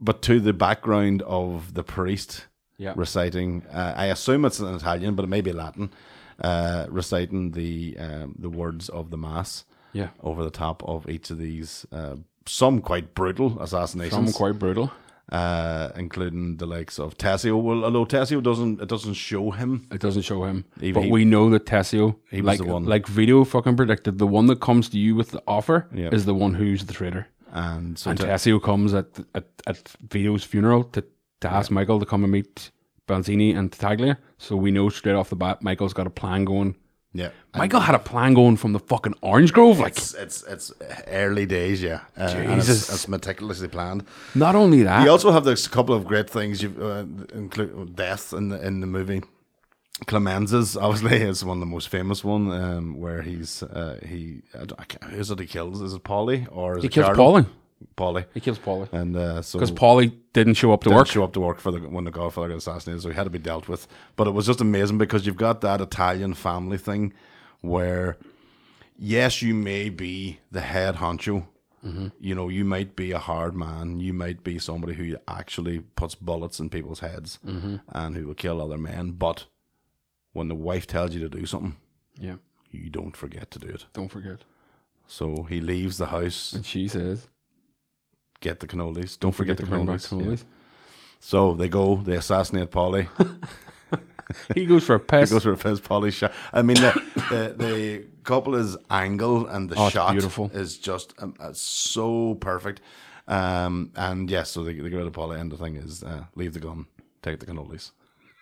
F: but to the background of the priest
G: Yeah.
F: reciting. Uh, I assume it's in Italian, but it may be Latin. Uh, reciting the um, the words of the mass.
G: Yeah.
F: Over the top of each of these, uh, some quite brutal assassinations.
G: Some quite brutal.
F: Uh, including the likes of Tessio. Well, although Tessio doesn't, it doesn't show him.
G: It doesn't show him,
F: He-
G: but
F: he-
G: we know that Tessio,
F: he was
G: like
F: the one.
G: like Vito fucking predicted, the one that comes to you with the offer
F: Yeah.
G: is the one who's the traitor.
F: And so
G: and
F: Te-
G: Tessio comes at, at at Vito's funeral to, to ask Michael to come and meet Banzini and Taglia. So we know straight off the bat Michael's got a plan going.
F: yeah,
G: Michael had a plan going from the fucking Orange Grove. Like
F: it's it's, it's early days, yeah. Uh, and it's-
G: Jesus.
F: it's meticulously planned.
G: not only that,
F: You also have this couple of great things you uh, include death in the in the movie. Clemenza's obviously is one of the most famous one, um, where he's uh, he I don't- I can't- who's it he kills? Is it Polly or is
G: he
F: it
G: kills
F: Carlo?
G: Paulie
F: Polly,
G: He kills Paulie
F: and uh, so
G: because Paulie didn't show up to
F: didn't
G: work.
F: show up to work for the when the Godfather got assassinated, so he had to be dealt with. But it was just amazing because you've got that Italian family thing where yes, you may be the head honcho.
G: Mm-hmm.
F: You know, you might be a hard man. You might be somebody who actually puts bullets in people's heads
G: Mm-hmm.
F: and who will kill other men. But when the wife tells you to do something,
G: Yeah,
F: you don't forget to do it.
G: don't forget.
F: So he leaves the house,
G: And she says,
F: get the cannolis. Don't forget, the
G: bring back
F: cannolis. Yeah. So they go, they assassinate Polly.
G: cannolis." He goes for a piss.
F: He goes for a fizz polish shot. I mean, the, the, the couple is angle and the
G: Oh, it's
F: shot
G: beautiful.
F: is just um, uh, so perfect. Um, and yes, so they, they get rid of Polly, and the thing is, uh, leave the gun, take the cannolis.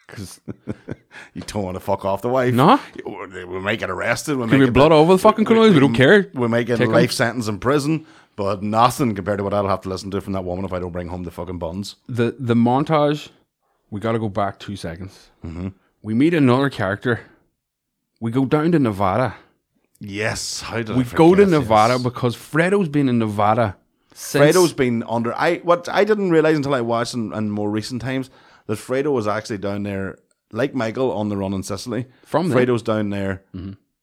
G: 'Cause-
F: you don't want to fuck off the wife.
G: No.
F: You- they- we might get arrested. We
G: Could be
F: make
G: blood over the fucking cannolis. We don't care.
F: We're making
G: Take 'em.
F: life sentence in prison, but nothing compared to what I'll have to listen to from that woman if I don't bring home the fucking buns.
G: the the montage we got to go back two seconds
F: Mm-hmm.
G: we meet another character we go down to nevada
F: Yes, how did I
G: we go to
F: forget?
G: nevada
F: Yes.
G: because fredo's been in nevada since
F: Fredo's been under. I what I didn't realize until I watched in, in more recent times that Fredo was actually down there, like Michael on the run in Sicily.
G: From there. Mm-hmm.
F: Fredo's down there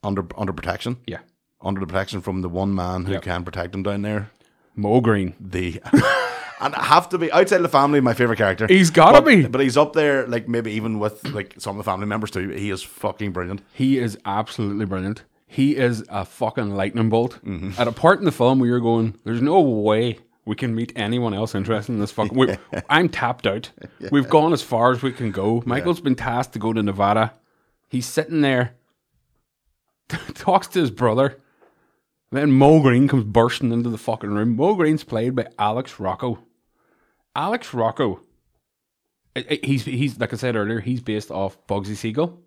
F: under under protection,
G: yeah
F: under the protection from the one man who
G: Yep.
F: can protect him down there.
G: mo green
F: The and have to be outside of the family. My favorite character.
G: He's gotta
F: But-
G: be.
F: But he's up there, like maybe even with like some of the family members too. He is fucking brilliant.
G: He is absolutely brilliant. He is a fucking lightning bolt.
F: Mm-hmm.
G: At a part in the film where you're going, there's no way we can meet anyone else interested in this fucking. we- I'm tapped out. We've gone as far as we can go. Michael's been tasked to go to Nevada. He's sitting there, talks to his brother. Then Mo Green comes bursting into the fucking room. Mo Green's played by Alex Rocco. Alex Rocco. I- I- He's he's like I said earlier. He's based off Bugsy Siegel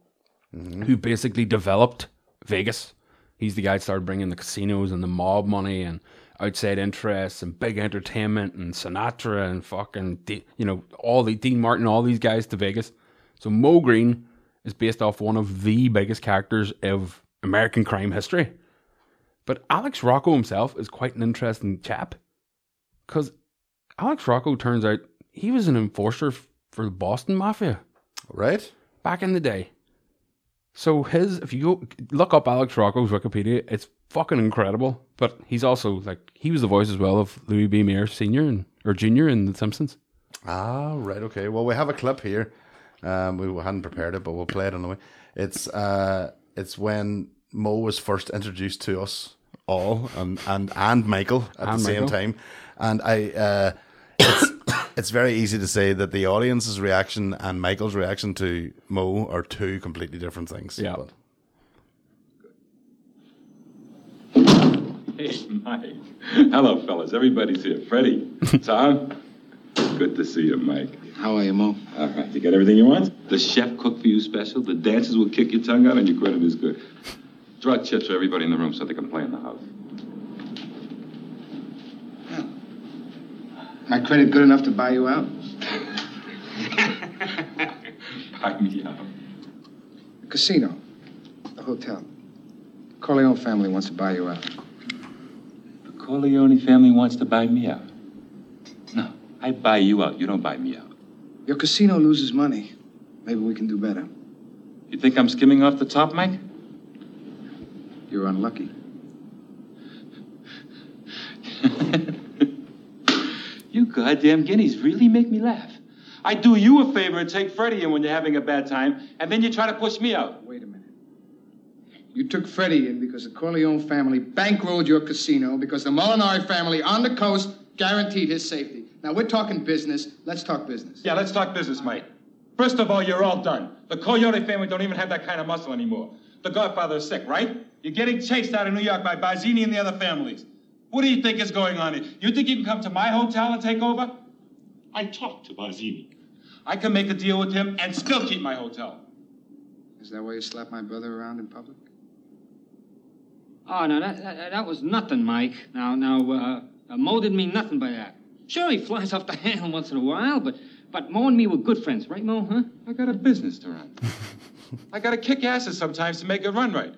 G: who basically developed Vegas. He's the guy that started bringing the casinos and the mob money and outside interests and big entertainment and Sinatra and fucking D, you know all the Dean Martin, all these guys to Vegas. So Mo Green is based off one of the biggest characters of American crime history. But Alex Rocco himself is quite an interesting chap because Alex Rocco turns out he was an enforcer f- for the Boston Mafia.
F: Right.
G: Back in the day. So his, if you go look up Alex Rocco's Wikipedia, it's fucking incredible. But he's also like he was the voice as well of Louis B. Mayer Senior and or Junior in The Simpsons.
F: Ah, right. Okay. Well, we have a clip here. Um, we hadn't prepared it, but we'll play it anyway. It's uh, it's when Mo was first introduced to us all, and and and Michael at
G: And
F: the same
G: Michael.
F: time. And I, uh, it's, it's very easy to say that the audience's reaction and Michael's reaction to Mo are two completely different things. Yeah.
O: Hey, Mike. Hello, fellas. Everybody's here. Freddie, Tom, good to see you, Mike. How are you, Mo? All right. You got everything you want? The chef cooked for you special. The dancers will kick your tongue out, and your credit is good. Draw chips for everybody in the room so they can play in the house.
J: My credit good enough to buy you out?
O: Buy me out.
J: Casino. The hotel. Corleone family wants to buy you out.
O: The Corleone family wants to buy me out. No, I buy you out. You don't buy me out.
J: Your casino loses money. Maybe we can do better.
O: You think I'm skimming off the top, Mike?
J: You're unlucky.
O: You goddamn guineas really make me laugh. I do you a favor and take Freddie in when you're having a bad time, and then you try to push me out.
J: Wait a minute. You took Freddie in because the Corleone family bankrolled your casino because the Molinari family on the coast guaranteed his safety. Now we're talking business. Let's talk business.
O: Yeah, let's talk business, Mike. First of all, you're all done. The Coyote family don't even have that kind of muscle anymore. The Godfather is sick, right? You're getting chased out of New York by Barzini and the other families. What do you think is going on here? You think you can come to my hotel and take over? I talked to Barzini. I can make a deal with him and still keep my hotel.
J: Is that why you slapped my brother around in public?
P: Oh, no, that, that, that was nothing, Mike. Now, now, uh, Mo didn't mean nothing by that. Sure, he flies off the handle once in a while, but, but Mo and me were good friends, right, Mo, huh?
O: I got a business to run. I gotta kick asses sometimes to make it run right.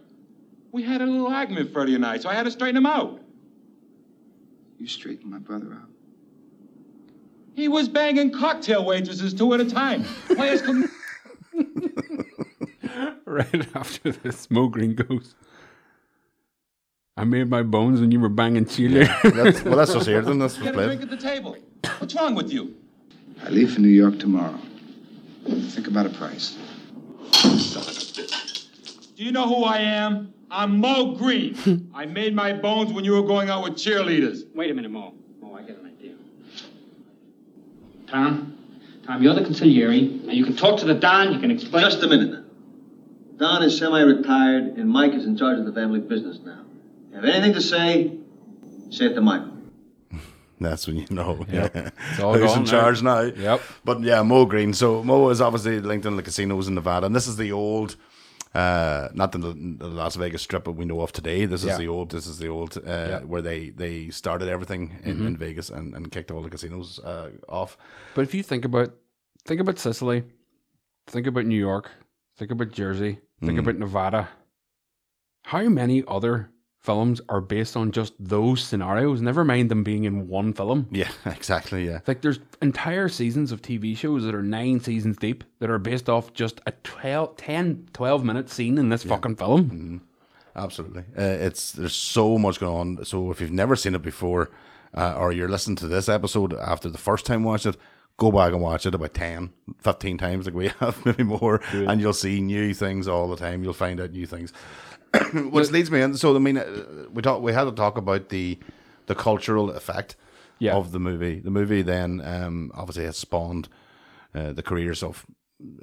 O: We had a little argument, Freddie and I, so I had to straighten him out.
J: You straightened my brother out.
O: He was banging cocktail waitresses two at a time. Players couldn't.
G: Right after this, Mo Green goes. I made my bones when you were banging Chile.
F: that's- well, that's what's here, then. That's
O: Get a drink at the table. What's wrong with you?
J: I leave for New York tomorrow. Think about a price.
O: Do you know who I am? I'm Mo Green. I made my bones when you were going out with cheerleaders.
P: Wait a minute, Mo. Mo, Oh, I got an idea. Tom, Tom, you're the conciliary. Now, you can talk to the Don, you can explain.
Q: Just a minute. Don is semi-retired, and Mike is in charge of the family business now. You have anything to say, say it to Mike.
F: That's when you know
Q: Yep. It's all
F: who's
Q: gone
F: in
Q: now.
F: charge now.
G: Yep.
F: But yeah, Mo Green. So Mo is obviously linked in the casinos in Nevada, and this is the old, uh, not the, the Las Vegas Strip that we know of today. This is
G: Yeah.
F: the old. This is the old uh,
G: Yeah.
F: where they they started everything in, in Vegas and, and kicked all the casinos uh, off.
G: Mm-hmm. But if you think about think about Sicily, think about New York, think about Jersey, think
F: Mhm.
G: about Nevada. How many other films are based on just those scenarios? Never mind them being in one film.
F: Yeah, exactly. Yeah.
G: Like there's entire seasons of TV shows that are nine seasons deep that are based off just a 12, 10, 12 minute scene in this fucking film.
F: Mm-hmm. Absolutely. Uh, it's there's so much going on. So if you've never seen it before, uh, or you're listening to this episode after the first time watching it, go back and watch it about 10, 15 times, like we have, maybe more, and you'll see new things all the time. You'll find out new things. Which leads me in. So, I mean, uh, we talk, we had to talk about the the cultural effect of the movie. The movie then um, obviously has spawned uh, the careers of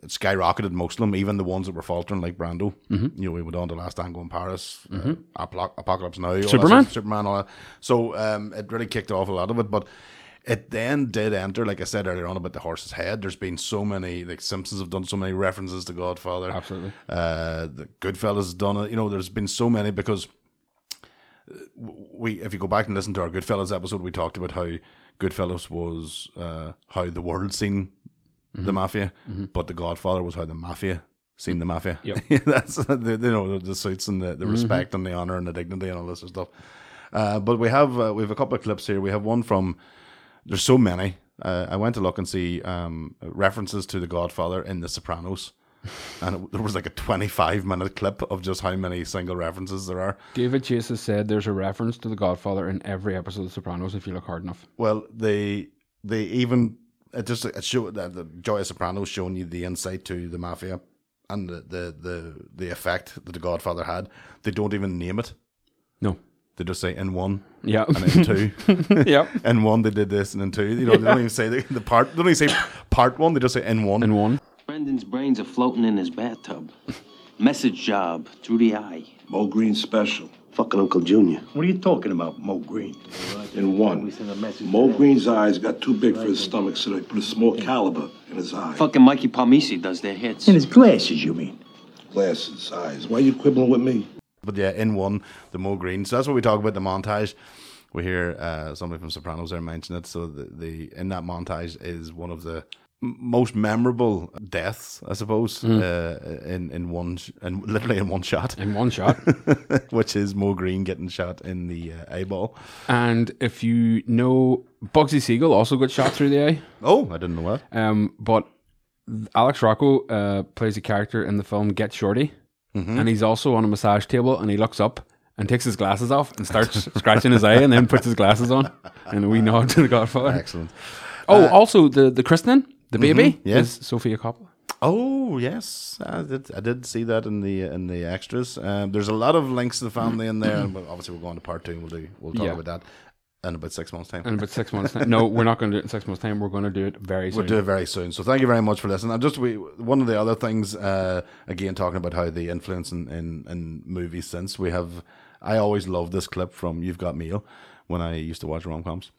F: it skyrocketed most of them, even the ones that were faltering, like Brando.
G: Mhm.
F: You know, we went on to Last Tango in Paris,
G: Mhm.
F: uh, Apolo- Apocalypse Now, all that
G: Superman.
F: sort of- Superman, all that. So um, it really kicked off a lot of it, but it then did enter, like I said earlier on about the horse's head. There's been so many, like Simpsons have done so many references to Godfather.
G: Absolutely.
F: Uh, the Goodfellas has done it. You know, there's been so many because we if you go back and listen to our Goodfellas episode, we talked about how Goodfellas was uh, how the world seen the
G: Mhm.
F: mafia,
G: Mhm.
F: but the Godfather was how the mafia seen the mafia.
G: Yep.
F: that's the, you know the, the suits and the, the
G: Mhm.
F: respect and the honor and the dignity and all this sort of stuff. Uh, but we have uh, we have a couple of clips here. We have one from there's so many. Uh, I went to look and see um, references to the Godfather in The Sopranos. And it, there was like a 25 minute clip of just how many single references there are.
G: David Chase has said there's a reference to The Godfather in every episode of The Sopranos if you look hard enough.
F: Well, they they even it just it show that the Joy of Sopranos showing you the insight to the mafia and the, the the the effect that the Godfather had. They don't even name it.
G: No.
F: They just say in one,
G: Yeah.
F: and in two,
G: Yep.
F: In one they did this, and in two, you know, they
R: Yeah.
F: don't even say the, the part. They don't even say part one. They just say in one, in
G: one.
R: Brendan's brains are floating in his bathtub. Message job through the eye. Mo Green special.
S: Fucking Uncle Junior. What are you talking about, Mo Green? In one. Mo Green's eyes got too big for his stomach, so they put a small caliber in his eye.
R: Fucking Mikey Palmisi does their hits.
S: In his glasses, you mean? Glasses, eyes. Why are you quibbling with me?
F: But yeah, in one, the Mo Green. So that's what we talk about the montage. We hear uh, somebody from Sopranos there mention it. So the, the in that montage is one of the m- most memorable deaths, I suppose,
G: Mm.
F: uh, in in one sh- in literally in one shot,
G: in one shot,
F: which is Mo Green getting shot in the uh, eyeball.
G: And if you know, Bugsy Siegel also got shot through the eye.
F: Oh, I didn't know that.
G: Um, but Alex Rocco uh, plays a character in the film Get Shorty,
F: Mhm.
G: and he's also on a massage table, and he looks up and takes his glasses off and starts scratching his eye, and then puts his glasses on, and we nod to the Godfather.
F: Excellent. Uh,
G: Oh, also the the christening, the baby,
F: Mhm, yeah.
G: is Sophia Coppola.
F: Oh yes, I did. I did see that in the in the extras. Um, there's a lot of links to the family in there. But obviously, we'll go on to part two. and We'll do. We'll talk
G: Yeah.
F: about that in about six months' time.
G: In about six months' time. No, we're not going to do it in six months' time. We're going to do it very soon.
F: We'll do it very soon. So thank you very much for listening. I'm just we one of the other things uh, again talking about how the influence in, in in movies since we have. I always love this clip from You've Got Mail when I used to watch rom coms.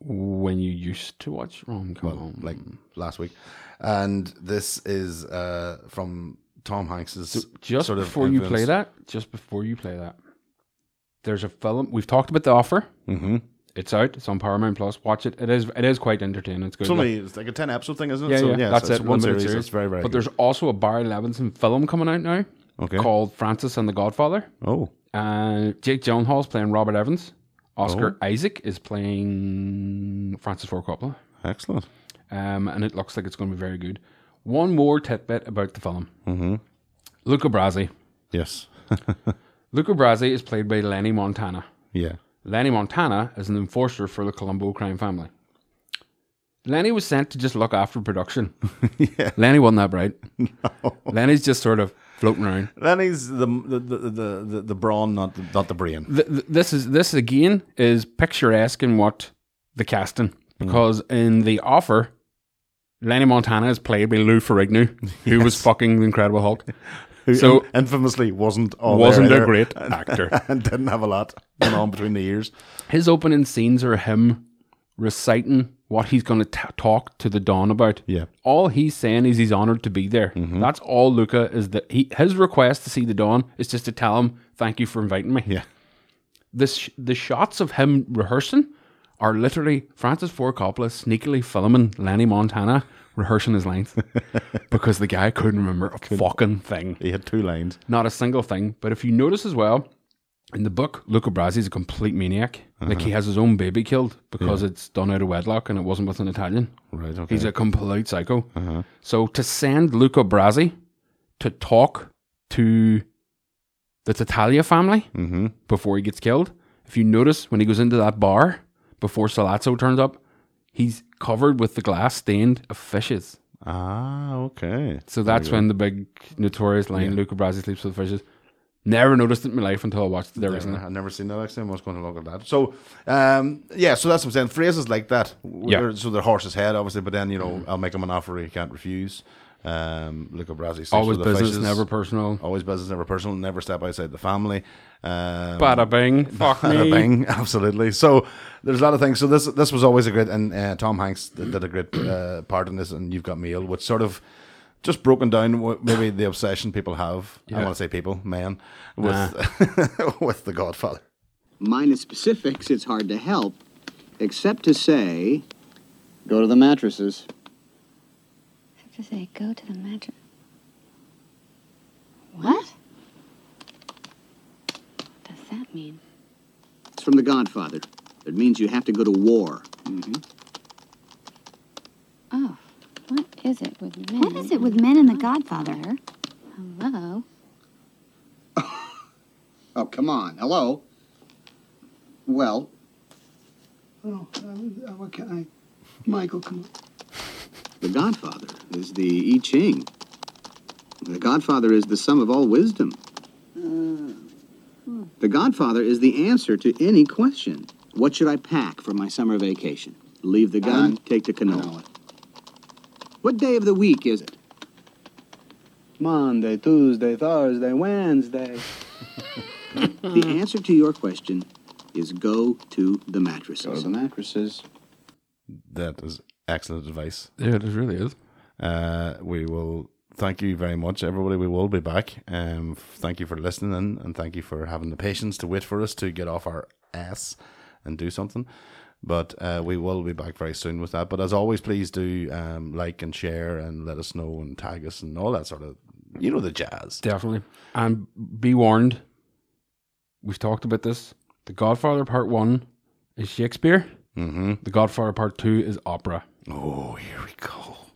G: When you used to watch rom com,
F: like last week, and this is uh, from Tom Hanks's
G: just
F: sort of
G: before you play
F: influence.
G: that, just before you play that, there's a film we've talked about. The Offer.
F: Mhm.
G: It's out. It's on Paramount Plus. Watch it. It is. It is quite entertaining. It's good.
F: It's only it's like a ten episode thing, isn't it?
G: yeah,
F: So,
G: yeah,
F: so
G: That's
F: it's
G: it.
F: One
G: limited
F: series. It's very, very.
G: But
F: good.
G: there's also a Barry Levinson film coming out now.
F: Okay.
G: Called Francis and the Godfather.
F: Oh.
G: Uh, Jake Gyllenhaal's playing Robert Evans. Oscar
F: Oh.
G: Isaac is playing Francis Ford Coppola.
F: Excellent.
G: Um, and it looks like it's going to be very good. One more tidbit about the film.
F: Mm-hmm.
G: Luca Brasi.
F: Yes.
G: Luca Brasi is played by Lenny Montana.
F: Yeah.
G: Lenny Montana is an enforcer for the Colombo crime family. Lenny was sent to just look after production. Lenny wasn't that bright. Lenny's just sort of floating around.
F: Lenny's the the the the, the, the brawn, not the, not the brain.
G: Th- th- this is this again is picturesque in what the casting
F: Mm.
G: because in the offer, Lenny Montana is played by Lou Ferrigno, who was fucking the Incredible Hulk.
F: Who
G: so
F: in- infamously wasn't all
G: wasn't
F: there
G: a great
F: either.
G: actor.
F: and didn't have a lot going on between the years.
G: His opening scenes are him reciting what he's going to t- talk to the Don about.
F: Yeah. Mm-hmm.
G: All he's saying is he's honored to be there. That's all Luca is that he his request to see the Don is just to tell him thank you for inviting me.
F: Yeah.
G: This sh- the shots of him rehearsing are literally Francis Ford Coppola sneakily filming Lenny Montana rehearsing his lines because the guy couldn't remember a fucking thing.
F: He had two lines.
G: Not a single thing. But if you notice as well, in the book, Luca Brasi is a complete maniac. Like he
F: Uh-huh.
G: has his own baby killed because
F: Yeah.
G: it's done out of wedlock and it wasn't with an Italian.
F: Right. Okay.
G: He's a complete psycho.
F: Uh-huh.
G: So to send Luca Brasi to talk to
F: Mm-hmm.
G: the Tatalia family before he gets killed, if you notice when he goes into that bar, before Salazzo turns up, he's covered with the glass stained of fishes.
F: Ah, okay.
G: So
F: There
G: that's
F: you go.
G: when the big notorious line, Luca Brasi sleeps with fishes. Never noticed it in my life until I watched it there
F: Never-
G: recently.
F: I've never seen that actually. I was going to look at that. So, um, yeah, so that's what I'm saying. Phrases like that. w-
G: Yeah.
F: they're- So they're horse's head, obviously, but then, you know, I'll make him an offer he can't refuse. Um, Luca Brasi. sleeps
G: Always
F: with the
G: business,
F: fishes.
G: never personal.
F: Always business, never personal. Never step outside the family. Um,
G: Bada bing, fuck me.
F: bada bing, absolutely. So there's a lot of things. So this this was always a great, and uh, Tom Hanks did, did a great uh, part in this. And you've got Mail, which sort of just broken down what maybe the obsession people have. I
T: Yeah.
F: want to say people, man, with with the Godfather.
T: Minus specifics, it's hard to help, except to say, go to the mattresses.
I: have to say, go to the mattress. What? Does that mean?
T: It's from The Godfather. It means you have to go to war.
I: Oh, what is it with men? What is it with men and the Godfather? Hello.
T: Oh, come on. Hello? Well,
J: Oh, uh, uh, what can I? Michael, come on.
T: The Godfather is the I Ching. The Godfather is the sum of all wisdom. The Godfather is the answer to any question. What should I pack for my summer vacation? Leave the gun, take the Uh-huh. canola. What day of the week is it? Monday, Tuesday, Thursday, Wednesday. the answer to your question is go to the mattresses. Go to the mattresses.
F: That is excellent advice.
G: Yeah, it really is.
F: Uh, we will thank you very much, everybody. We will be back. Um, f- thank you for listening in, and thank you for having the patience to wait for us to get off our ass and do something. But uh, we will be back very soon with that. But as always, please do um, like and share and let us know and tag us and all that sort of, you know, the jazz.
G: Definitely. And be warned, we've talked about this. The Godfather Part 1 is Shakespeare.
F: Mm-hmm.
G: The Godfather Part 2 is opera.
F: Oh, here we go.